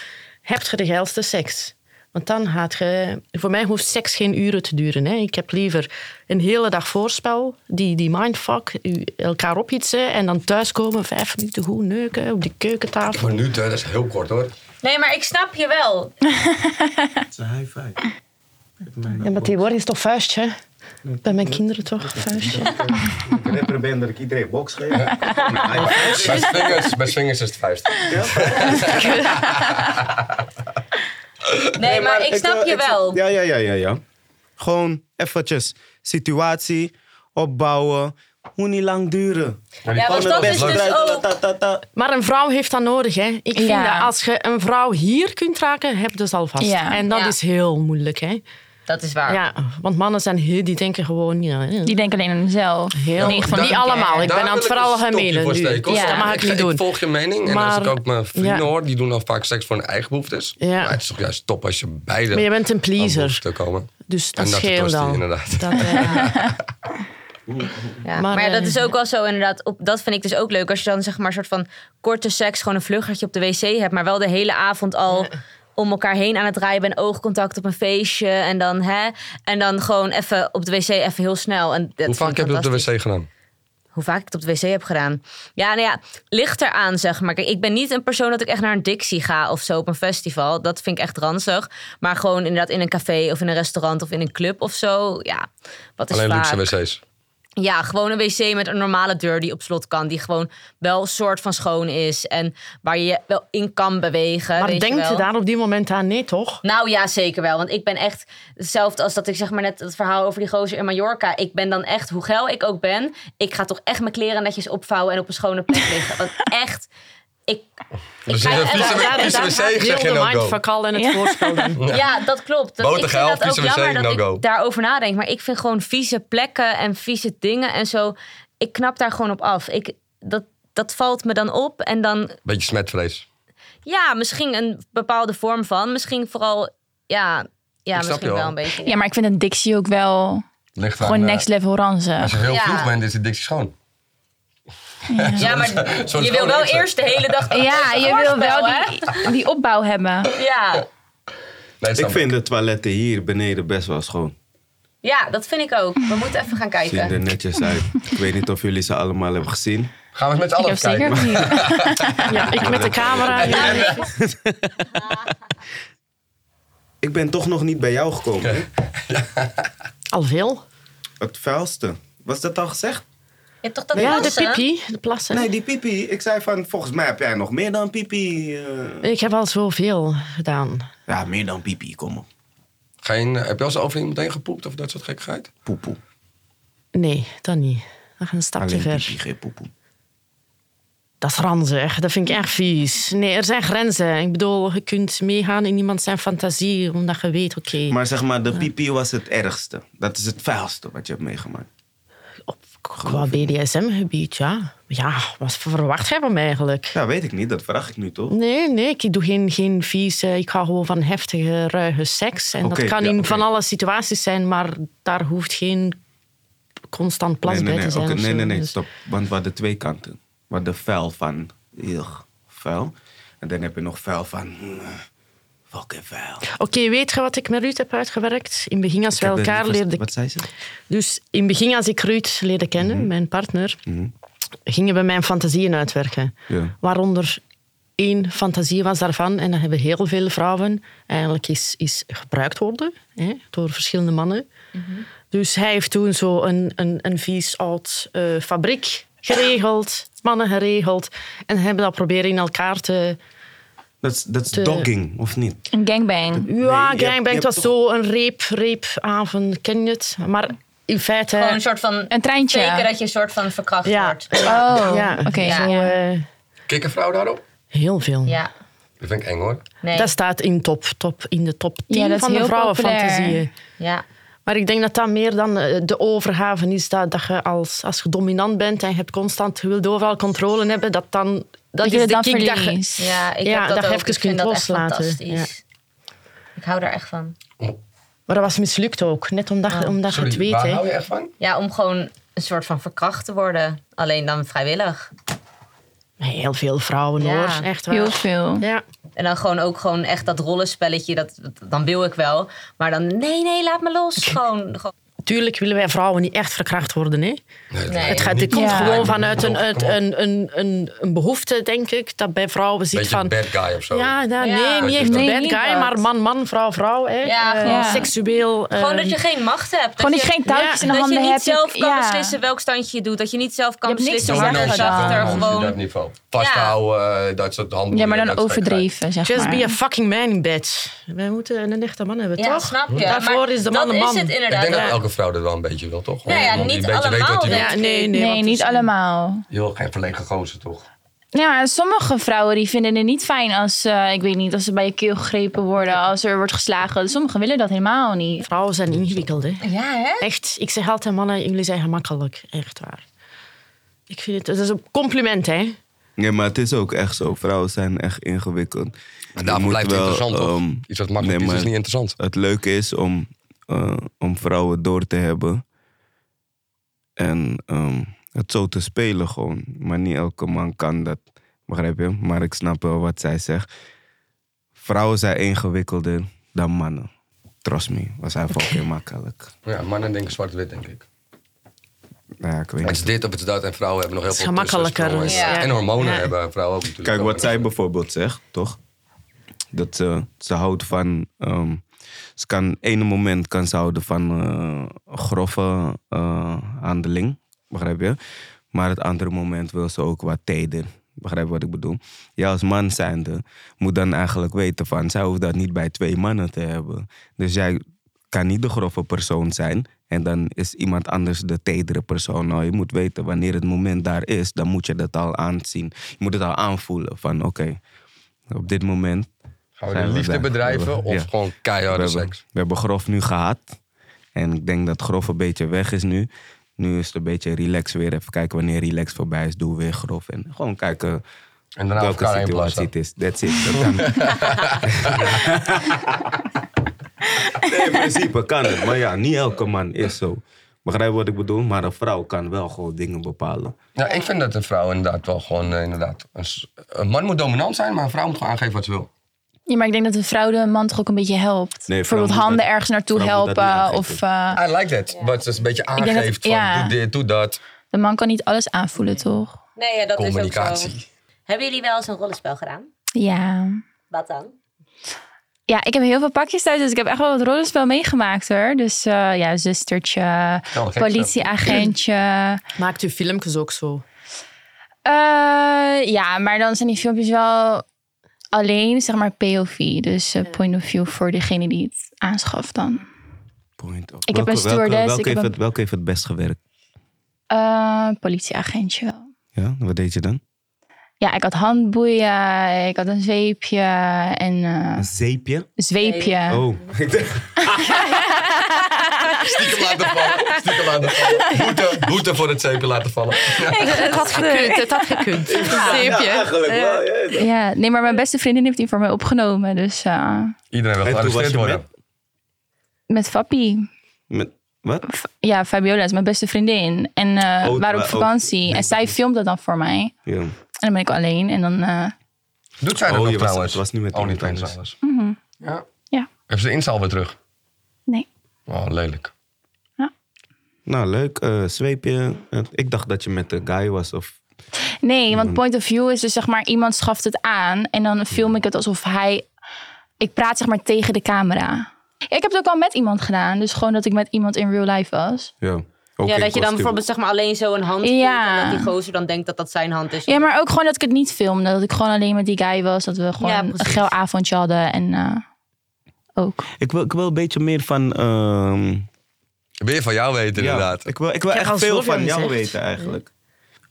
heb je de geilste seks. Want dan gaat je... Voor mij hoeft seks geen uren te duren. Hè. Ik heb liever een hele dag voorspel. Die, die mindfuck, u- elkaar ophitsen. En dan thuiskomen, vijf minuten goed neuken op de keukentafel. Een minuut, hè, dat is heel kort hoor. Nee, maar ik snap je wel. Ja, maar tegenwoordig is het toch vuistje? Bij mijn kinderen toch, vuistje? Ik rapper ben dat ik iedereen box geef. Bij swingers, bij swingers is het vuist. Nee, maar, ik snap eh, je ik snap- wel. Ja, ja, ja, ja, ja. Gewoon eventjes situatie opbouwen. Moet niet lang duren. Ja, want Gewoon dat het is best dus strijden, ook... ta, ta, ta. Maar een vrouw heeft dat nodig, hè. Ik vind Ja. dat als je een vrouw hier kunt raken, heb je dus al vast. Ja. En dat Ja. is heel moeilijk, hè. Dat is waar. Ja, want mannen zijn heel, die denken gewoon... Ja, ja. Die denken alleen aan hemzelf. Heel Nee, gewoon niet niet allemaal. Ik ben Daar aan wil het ik vooral een gaan stokje mailen voor nu. steken, hoor. Ja. dat mag ik, niet doen. Ik volg je mening. en als Maar- ik ook mijn vrienden ja. hoor, die doen dan vaak seks voor hun eigen behoeftes. Ja. Maar het is toch juist top als je beide Maar je bent een aan pleaser, behoeften komen. dus dat en dat scheelt is al. inderdaad. Dat, eh, Maar, Ja, Maar, ja, dat eh, is ook wel zo inderdaad. Op, dat vind ik dus ook leuk. Als je dan zeg maar een soort van korte seks, gewoon een vluggertje op de wc hebt. Maar wel de hele avond al om elkaar heen aan het draaien bent. Oogcontact op een feestje. En dan, hè, en dan gewoon even op de wc even heel snel. En dat Hoe vind vaak ik heb je dat op de fantastisch. wc gedaan? hoe vaak ik het op de wc heb gedaan. Ja, nou ja, ligt eraan zeg maar. Kijk, ik ben niet een persoon dat ik echt naar een Dixie ga of zo op een festival. Dat vind ik echt ranzig. Maar gewoon inderdaad in een café of in een restaurant of in een club of zo. Ja, wat is Alleen vaak. luxe wc's. Ja, gewoon een wc met een normale deur die op slot kan. Die gewoon wel soort van schoon is. En waar je je wel in kan bewegen. maar weet je denkt je wel. daar op die moment aan? Nee, toch? Nou ja, zeker wel. Want ik ben echt hetzelfde als dat ik zeg maar net het verhaal over die gozer in Mallorca. Ik ben dan echt, hoe geil ik ook ben, ik ga toch echt mijn kleren netjes opvouwen en op een schone plek liggen. Want echt, ik. Dus ga- in een en vieze daar- Daar, daar vieze gaat wc heel zeg je de no go. mindfuck al en het voorspel dan. Ja, dat klopt. Dat, ik Botergeil, vind dat ook vieze wc, jammer dat no-go. ik daarover nadenk. Maar ik vind gewoon vieze plekken en vieze dingen en zo. Ik knap daar gewoon op af. Ik, dat, dat valt me dan op en dan Beetje smetvrees. Ja, misschien een bepaalde vorm van. Misschien vooral, ja, ja snap je misschien wel. wel een beetje. Ja, maar ik vind een dictie ook wel Ligt gewoon aan, eh, next level ranzig. Als je heel Ja. vroeg bent, is het dikst schoon. Ja, maar zo'n je wil wel schoonheidse. eerst de hele dag. Ja, je wil wel die, die opbouw hebben. Ja. Nee, Ik snap vind de toiletten hier beneden best wel schoon. ja, dat vind ik ook. We moeten even gaan Zien er kijken. netjes uit. Ik weet niet of jullie ze allemaal hebben gezien. Gaan we eens met z'n allen even Ik heb kijken. zeker gezien. Ja, ik met de camera. ja. Ik ben toch nog niet bij jou gekomen. hè? Al veel. Het vuilste. Was dat al gezegd? Je hebt toch dat Ja, de plassen? pipi, de plassen. Nee, die pipi. Ik zei van, volgens mij heb jij nog meer dan pipi. eh. Ik heb al zoveel gedaan. Ja, meer dan pipi, kom op. Geen, eh, heb je al eens over iemand heen gepoept of dat soort gekkigheid? Poepoe. Nee, dat niet. Dat gaat een stapje Alleen ver. pipi, geen poepoe. Dat is ranzig. Dat vind ik echt vies. Nee, er zijn grenzen. Ik bedoel, je kunt meegaan in iemand zijn fantasie, omdat je weet, oké, Maar zeg maar, de pipi was het ergste. Dat is het vuilste wat je hebt meegemaakt. op qua BDSM-gebied, ja. Ja, wat verwacht jij van mij eigenlijk? Ja, weet ik niet. Dat vraag ik nu toch? Nee, nee, ik doe geen, geen vies. eh, Ik ga gewoon van heftige, ruige seks. En Oké, dat kan ja, in oké. van alle situaties zijn, maar daar hoeft geen constant plas nee, nee, bij te nee, zijn. oké, of nee, zo. nee, nee, Dus- stop. Want we hadden twee kanten. We hadden vuil van heel vuil. En dan heb je nog vuil van mm, fucking vuil. Ik Oké, weet je wat ik met Ruud heb uitgewerkt? In het begin, als we heb dat elkaar niet vers- leerden Wat zei ze? Dus in het begin, als ik Ruud leerde kennen, Mhm. mijn partner, gingen we mijn fantasieën uitwerken. Ja. Waaronder één fantasie was daarvan, en dat hebben heel veel vrouwen, eigenlijk is, is gebruikt worden hè, door verschillende mannen. Dus hij heeft toen zo een, een, een vies oud eh, fabriek geregeld, mannen geregeld, en hebben dat proberen in elkaar te... Dat is- dat is Te- dogging, of niet? Een gangbang. Ja, je hebt- gangbang, je het was hebt zo een reep, reepavond, ken je het? Maar in feite... Gewoon een soort van... Een treintje. Zeker dat je een soort van verkracht eh, Ja. wordt. Oh, ja, oké. zo, ja. eh, Kik een vrouw daarop? heel veel. Ja. Dat vind ik eng hoor. Nee. Dat staat in, top, top, in de top 10 Ja, dat is van de heel vrouwenfantasieën. populair. ja. Maar ik denk dat dat meer dan eh, de overgave is. Dat, dat je als, als je dominant bent en je hebt constant, je wilt overal controle hebben, dat dan... Dat Dat is je het de dan kick dat je- verliest. Ja, ik Ja, heb dat, dat je ook. even Ik vind kunt dat echt loslaten. fantastisch. Ik hou daar echt van. Maar dat was mislukt ook. Net omdat, Ah. je- omdat je het Sorry, weet. waar hè. hou je echt van? Ja, om gewoon een soort van verkracht te worden. Alleen dan vrijwillig. Heel veel vrouwen Ja. hoor. Echt waar. Heel veel. Ja. En dan gewoon ook gewoon echt dat rollenspelletje. Dat, dat- dan wil ik wel. Maar dan, nee, nee, laat me los. Gewoon, gewoon- Tuurlijk willen wij vrouwen niet echt verkracht worden. Hè? Nee, dat Nee. lijkt Het, me gaat, niet. dit komt Ja. gewoon vanuit Kom een, op, uit kom op. een, een, een, een behoefte, denk ik. Dat bij vrouwen zit Beetje van... bad guy of zo. Ja, nou, Ja. nee, Dat niet is echt dat. een Nee, bad niet guy, dat. maar man, man, vrouw, vrouw. Hè. Ja, Eh, gewoon. Seksueel. gewoon eh, dat je geen macht hebt. Gewoon dat dat je geen touwtjes ja, in de dat je handen niet hebt. zelf kan ja. beslissen welk standje je doet. Dat je niet zelf kan Je hebt niks te beslissen nou hoe zeggen je dan. zachter Ja. Dat gewoon. niveau. Vasthouden, eh, dat soort handen. Ja, maar dan dat soort overdreven, zeg Just maar. be a fucking man in bed. Wij moeten een echte man hebben, Ja, toch? snap je. Daarvoor Maar is de man dat een man. is het gekkigheid. Ik inderdaad. denk dat Ja. elke vrouw dat wel een beetje wil, toch? Nou ja, Iemand die niet een beetje weet wat allemaal, hij doet. denk ja, nee, nee. Nee, want niet dus- allemaal. Heel geen verlegen gozer, toch? Nou, ja, sommige vrouwen die vinden het niet fijn als, eh, ik weet niet, als ze bij je keel gegrepen worden, als er wordt geslagen. Sommigen willen dat helemaal niet. Vrouwen zijn ingewikkeld, hè. Ja, hè? Echt, ik zeg altijd, mannen, jullie zijn gemakkelijk. Echt waar. Ik vind het, dat is een compliment, hè. Nee, maar het is ook echt zo. Vrouwen zijn echt ingewikkeld. Maar Je daarom moet blijft het wel, interessant, toch? ehm, Iets wat makkelijk nee, is, is maar- niet interessant. het leuke is om, eh, om vrouwen door te hebben. En ehm, het zo te spelen gewoon. Maar niet elke man kan dat. Begrijp je? Maar ik snap wel wat zij zegt. Vrouwen zijn ingewikkelder dan mannen. Trust me, we zijn fucking makkelijk. Ja, mannen denken zwart-wit, denk ik. Ja, ik weet Het niet. is dit of het is dat. En vrouwen hebben nog heel Het is veel gemakkelijker, testosteron. dus ja. En hormonen Ja. hebben vrouwen ook natuurlijk. Kijk, ook. wat zij bijvoorbeeld zegt, toch? Dat ze, ze houdt van... ehm, ze kan, ene moment kan ze houden van eh, grove eh, handeling, begrijp je? Maar het andere moment wil ze ook wat teder. Begrijp je wat ik bedoel? Ja, als man zijnde moet dan eigenlijk weten van... zij hoeft dat niet bij twee mannen te hebben. Dus jij kan niet de grove persoon zijn... en dan is iemand anders de tedere persoon. Nou, je moet weten wanneer het moment daar is... dan moet je dat al aanzien. Je moet het al aanvoelen van oké, op dit moment... Gaan we zijn de liefde daar. bedrijven of Ja. gewoon We keiharde hebben, seks? we hebben grof nu gehad. En ik denk dat grof een beetje weg is nu. Nu is het een beetje relax weer. Even kijken wanneer relax voorbij is. Doe weer grof. En gewoon kijken En daarna welke elkaar heen situatie plassen. het is. That's it. Dat kan. nee, in principe kan het. Maar ja, niet elke man is zo. Begrijp je wat ik bedoel? Maar een vrouw kan wel gewoon dingen bepalen. Ja, ik vind dat een vrouw inderdaad wel gewoon eh, inderdaad... Een, s- een man moet dominant zijn, maar een vrouw moet gewoon aangeven wat ze wil. Ja, maar ik denk dat de vrouw de man toch ook een beetje helpt. Nee, vrouw Bijvoorbeeld moet handen dat- ergens naartoe vrouw moet dat helpen. niet Of eh, I like that. Wat ze een beetje denk dat- aangeeft van ja. doe dit, doe dat. de man kan niet alles aanvoelen, toch? Nee, ja, dat is ook zo. Communicatie. Hebben jullie wel eens een rollenspel gedaan? Ja. Wat dan? Ja, ik heb heel veel pakjes thuis, dus ik heb echt wel wat rollenspel meegemaakt hoor. Dus eh, ja, zustertje, wel gek, politieagentje. Maakt u filmpjes ook zo. Eh, ja, maar dan zijn die filmpjes wel alleen, zeg maar POV. Dus eh, point of view voor degene die het aanschaft dan. Point of- Ik heb een welke, stewardess, welke ik heb heeft een- het, welke heeft het best gewerkt? Eh, politieagentje wel. Ja, wat deed je dan? Ja, ik had handboeien, ik had een zweepje en eh, Een zeepje? zweepje. Oh. Ik dacht- Stiekem laten vallen. Stiekem laten vallen. Boete, boete voor het zeepje laten vallen. Het had gekund, het had gekund. Zweepje. Eigenlijk wel, ja. Ja, nee, maar mijn beste vriendin heeft die voor mij opgenomen. Dus eh, Iedereen wil En toen was gearresteerd je worden. met? met Fappie. met wat? Ja, Fabiola is mijn beste vriendin. En eh, Oh, we waren op oh, vakantie. nee. En zij filmt dat dan voor mij. En Ja. dan ben ik alleen. En dan, eh, Doet zij dat Oh, nog je was- trouwens? het was nu met oh, niet iemand eens anders. trouwens. Ja. Mhm. Ja. Hebben ze de install weer terug? nee. Oh, lelijk. Nou, leuk. eh, zweepje. Eh, ik dacht dat je met de guy was. Of... Nee, Mm-hmm. want point of view is dus zeg maar iemand schaft het aan en dan film ik het alsof hij. Ik praat zeg maar tegen de camera. Ja, ik heb het ook al met iemand gedaan, dus gewoon dat ik met iemand in real life was. Ja. Ook Ja, in dat je dan kostuum. bijvoorbeeld zeg maar alleen zo een hand voelt Ja. en dat die gozer dan denkt dat dat zijn hand is. Ja, maar ook gewoon dat ik het niet filmde, dat ik gewoon alleen met die guy was, dat we gewoon Ja, een precies. geil avondje hadden en eh, ook. Ik wil, ik wil een beetje meer van... ehm, Weer van jou weten, Ja, inderdaad. Ik wil, ik wil heb echt al veel zoveel van jou gezegd. weten eigenlijk.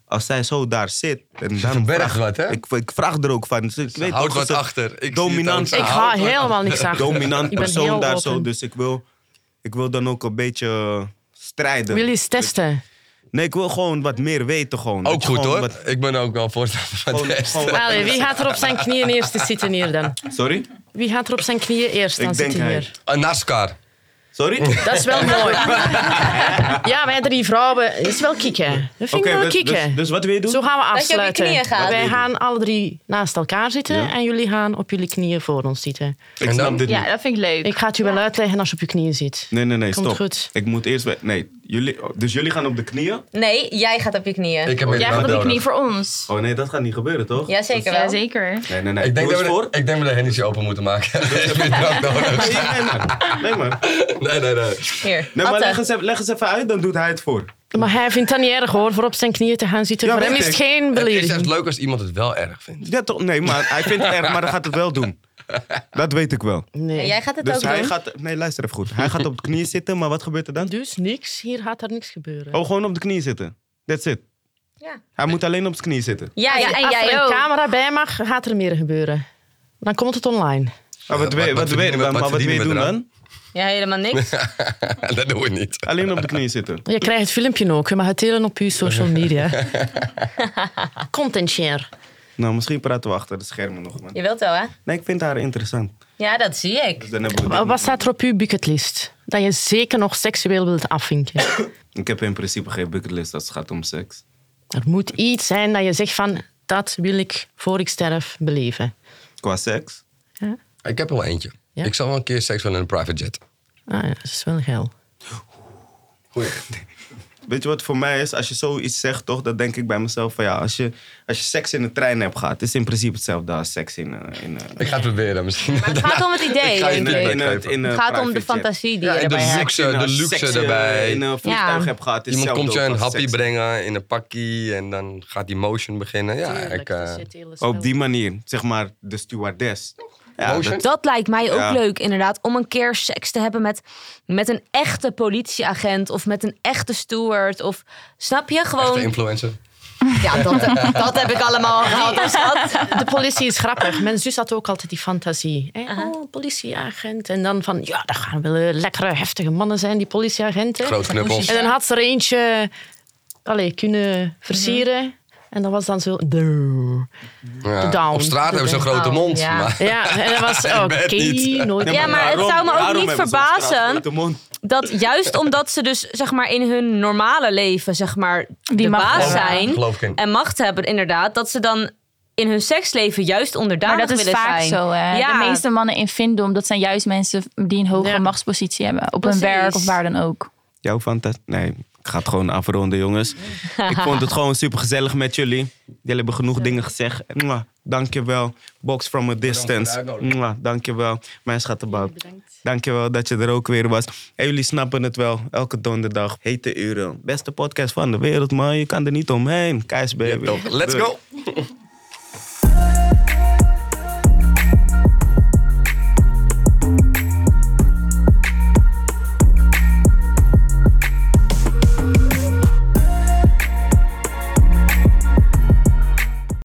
Als zij zo daar zit. En Ze daarom verbergt vraag- wat, hè? Ik, ik vraag er ook van. Ze- Ik weet Houd ook dat wat ze achter. Ik dominant- zie Ik het ook. ga helemaal niks aan. Dominant Ik ben heel persoon daar zo. open. Dus ik wil, ik wil dan ook een beetje strijden. Wil je eens testen? Nee, ik wil gewoon wat meer weten gewoon. Dat Ook je goed gewoon hoor. wat- Ik ben ook wel voorstander van gewoon- test. gewoon wat- Allee, wie gaat er op zijn knieën eerst zitten hier dan? Sorry? Wie gaat er op zijn knieën eerst Ik aan denk zitten hij. hier? Een Eh, NASCAR. Sorry? Oh. Dat is wel mooi. Ja, wij drie vrouwen. Dat is wel kicken. Dat vind ik Oké, wel dus, dus, kicken. dus wat wil je doen? Zo gaan we Dat je op je afsluiten. knieën gaat. Wij gaan alle drie naast elkaar zitten Ja. en jullie gaan op jullie knieën voor ons zitten. Ik En snap dan- dit Ja, niet. dat vind ik leuk. Ik ga het je wel uitleggen als je op je knieën zit. Nee, nee, nee, Komt stop. goed. Ik moet eerst... we- Nee, jullie, oh, dus jullie gaan op de knieën? Nee, jij gaat op je knieën. Ik heb een Jij gaat op die nodig. knie voor ons. Oh nee, dat gaat niet gebeuren, toch? Jazeker wel. Ja, zeker. Nee, nee, nee. Ik denk, Doe dat eens we, voor. ik denk dat we de Hennessy open moeten maken. Er is meer drank nodig. Nee, nee, nee. Nee, man. Nee, nee, nee. Hier, Nee, maar Atte. leg eens, even, leg eens even uit, dan doet hij het voor. Maar hij vindt dat niet erg hoor, voor op zijn knieën te gaan zitten. Ja, voor hem weet is het ik. geen Het is belediging. juist leuk als iemand het wel erg vindt. Ja, toch? Nee, maar hij vindt het erg, maar hij gaat het wel doen. Dat weet ik wel. Nee. jij gaat het Dus ook hij doen. gaat... Nee, luister even goed. Hij gaat op de knieën zitten, maar wat gebeurt er dan? Dus niks, hier gaat er niks gebeuren. Oh, gewoon op de knieën zitten. That's it. Ja. Hij moet alleen op zijn knieën zitten. Jij, Ja, en Als jij er een ook. camera bij mag, gaat er meer gebeuren. Dan komt het online. Maar wat, Ja, wil- wat- wat, wat wil- verdienen we- wat maar wat wil je verdienen doen we dan? ja, helemaal niks. dat doen we niet. Alleen op de knieën zitten. Je krijgt het filmpje ook, maar het delen op je social media. Content share. Nou, misschien praten we achter de schermen nog, man. Je wilt wel, hè? Nee, ik vind haar interessant. Ja, dat zie ik. Dus dan hebben we Wat dit wat nog. staat er op uw bucketlist? Dat je zeker nog seksueel wilt afvinken. Ik heb in principe geen bucketlist als het gaat om seks. Er moet iets zijn dat je zegt van... Dat wil ik voor ik sterf beleven. Qua seks. Ik heb er wel eentje. Ja? Ik zal wel een keer seks willen in een private jet. Ah, ja, dat is wel geil. Weet je wat voor mij is? Als je zoiets zegt, toch, dan denk ik bij mezelf van ja, als je, als je seks in de trein hebt gehad, is in principe hetzelfde als seks in, eh, in, eh, Ik ga het proberen misschien. Maar het gaat om het idee, Ik ga je denk net ik. bij- in, het- in een Het gaat om private de jet. fantasie die Ja, je en de erbij hebt. luxe, de Als luxe seks, eh, in erbij. een vliegtuig Ja. hebt gehad, is Iemand komt hetzelfde je een ook als happy seks. brengen in een pakkie en dan gaat die motion beginnen. Ja, ik, eh, Op die manier, zeg maar, de stewardess. Ja, motion? dat- Dat lijkt mij ook Ja. leuk, inderdaad. Om een keer seks te hebben met, met een echte politieagent of met een echte steward. Of snap je echte gewoon. influencer. Ja, dat, dat heb ik allemaal gehad. Dus dat- De politie is grappig. Mijn zus had ook altijd die fantasie. Hè? Oh, politieagent. En dan van, ja, dat gaan wel eh, lekkere, heftige mannen zijn, die politieagenten. Grote knuppels. En dan had ze er eentje allee, kunnen versieren. En dat was dan zo... Ja. down. Op straat hebben ze een grote Oh, mond. ja. maar- Ja, en dat was... Oké, bed niet. nooit... Ja, maar het daarom- zou me ook daarom niet hebben ze een straat verbazen. grote mond. dat juist omdat ze dus zeg maar in hun normale leven zeg maar de macht baas hebben. zijn Geloof ik in. en macht hebben inderdaad dat ze dan in hun seksleven juist Maar onderdanig dat is willen vaak zijn. zo, hè? Ja. De meeste mannen in Vindom, dat zijn juist mensen die een hogere Ja. machtspositie hebben. Op hun Precies. werk of waar dan ook. Jouw fantasie. Nee, ik ga het gewoon afronden, jongens. ik vond het gewoon super gezellig met jullie. Jullie hebben genoeg dingen gezegd. Mwah, Dankjewel. Box from a distance. uitnodiging. Mwah, Dankjewel. Mijn schattenbouw. Dankjewel dat je er ook weer was. En jullie snappen het wel. Elke donderdag. Hete uren. Beste podcast van de wereld, man. Je kan er niet omheen. Kei's baby. Let's Doei. go.